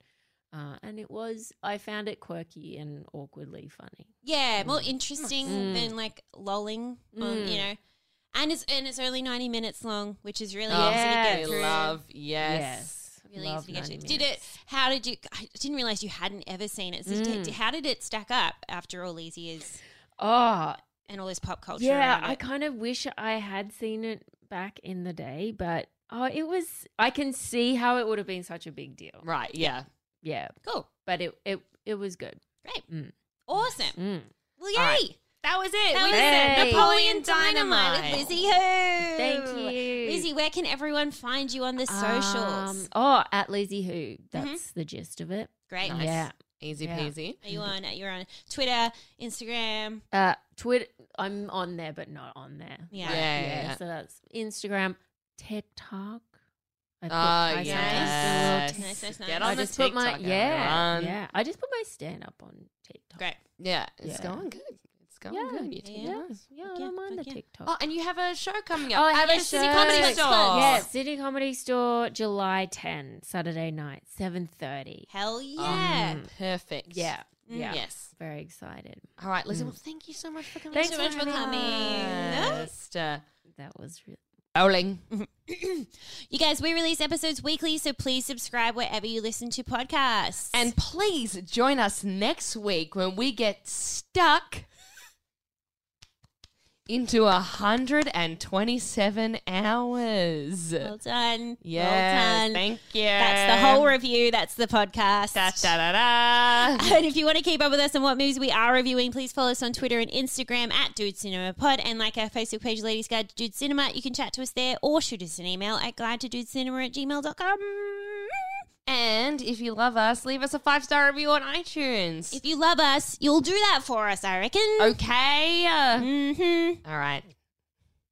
Uh, and it was, I found it quirky and awkwardly funny. Yeah, more interesting Mm. than like lolling, on, you know. And it's and it's only ninety minutes long, which is really Oh, easy to I get through. love. Yes. Really Love easy to get 90 through. Did it? minutes. How did you? I didn't realize you hadn't ever seen it. So did- how did it stack up after all these years Oh, and all this pop culture? yeah. around I it? kind of wish I had seen it back in the day, but oh, it was, I can see how it would have been such a big deal. Right. Yeah. Yeah. cool, But it, it, it was good. great, Mm. awesome. Mm. Well, yay! right. That was it. was Napoleon it. Napoleon Dynamite Dynamite. with Lizzie Who. Thank you. Lizzie. Where can everyone find you on the socials? Um, oh, at Lizzie Who. That's the gist of it. great. Nice. Yeah. Easy Yeah. peasy. Are you on? You're on Twitter, Instagram. Uh, Twitter, I'm on there, but not on there. Yeah. Yeah. Yeah, so that's Instagram, TikTok. I put, Oh, I yes. sometimes do a little Nice, nice, nice. Get I on the just put my TikTok, yeah, everyone. yeah. I just put my stand up on TikTok. Great. Yeah, it's Yeah. going good. It's going Yeah. good. You Yeah. yeah. Nice. Yeah, yeah, I'm on fuck the yeah. TikTok. Oh, and you have a show coming up Oh, I at have the a City show. Comedy Yes. Store. yeah, City Comedy Store, July 10, Saturday night, seven thirty. Hell yeah. Um, perfect. Mm. Yeah, yeah. Yes. Very excited. All right, Lizzie. Well, thank you so much for coming. Thanks so much for coming. Just, uh, That was really. bowling. You guys, we release episodes weekly, so please subscribe wherever you listen to podcasts. And please join us next week when we get stuck into 127 hours. well done. Yes, Well done. thank you. That's the whole review. That's the podcast. Da, da, da, da. (laughs) And if you want to keep up with us and what movies we are reviewing, please follow us on Twitter and Instagram at Dude Cinema Pod and like our Facebook page, Ladies Guide to Dude Cinema. You can chat to us there or shoot us an email at guide to dude cinema at gmail.com. And if you love us, leave us a five star review on iTunes. If you love us, you'll do that for us, I reckon. okay. Mm-hmm. All right.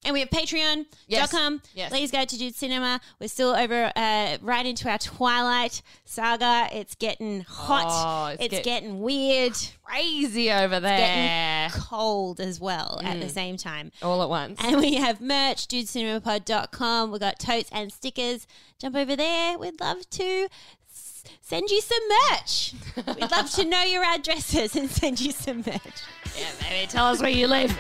And we have Patreon.com. Yes. Yes. Yes. Ladies Go to Dude Cinema. We're still over uh, right into our Twilight saga. It's getting hot. Oh, it's it's get- getting weird, Crazy over there. cold as well at the Mm. same time. All (laughs) at once. And we have merch, dudecinemapod.com. We've got totes and stickers. Jump over there. We'd love to s- send you some merch. We'd love to know your addresses and send you some merch. yeah, baby, tell us where you live.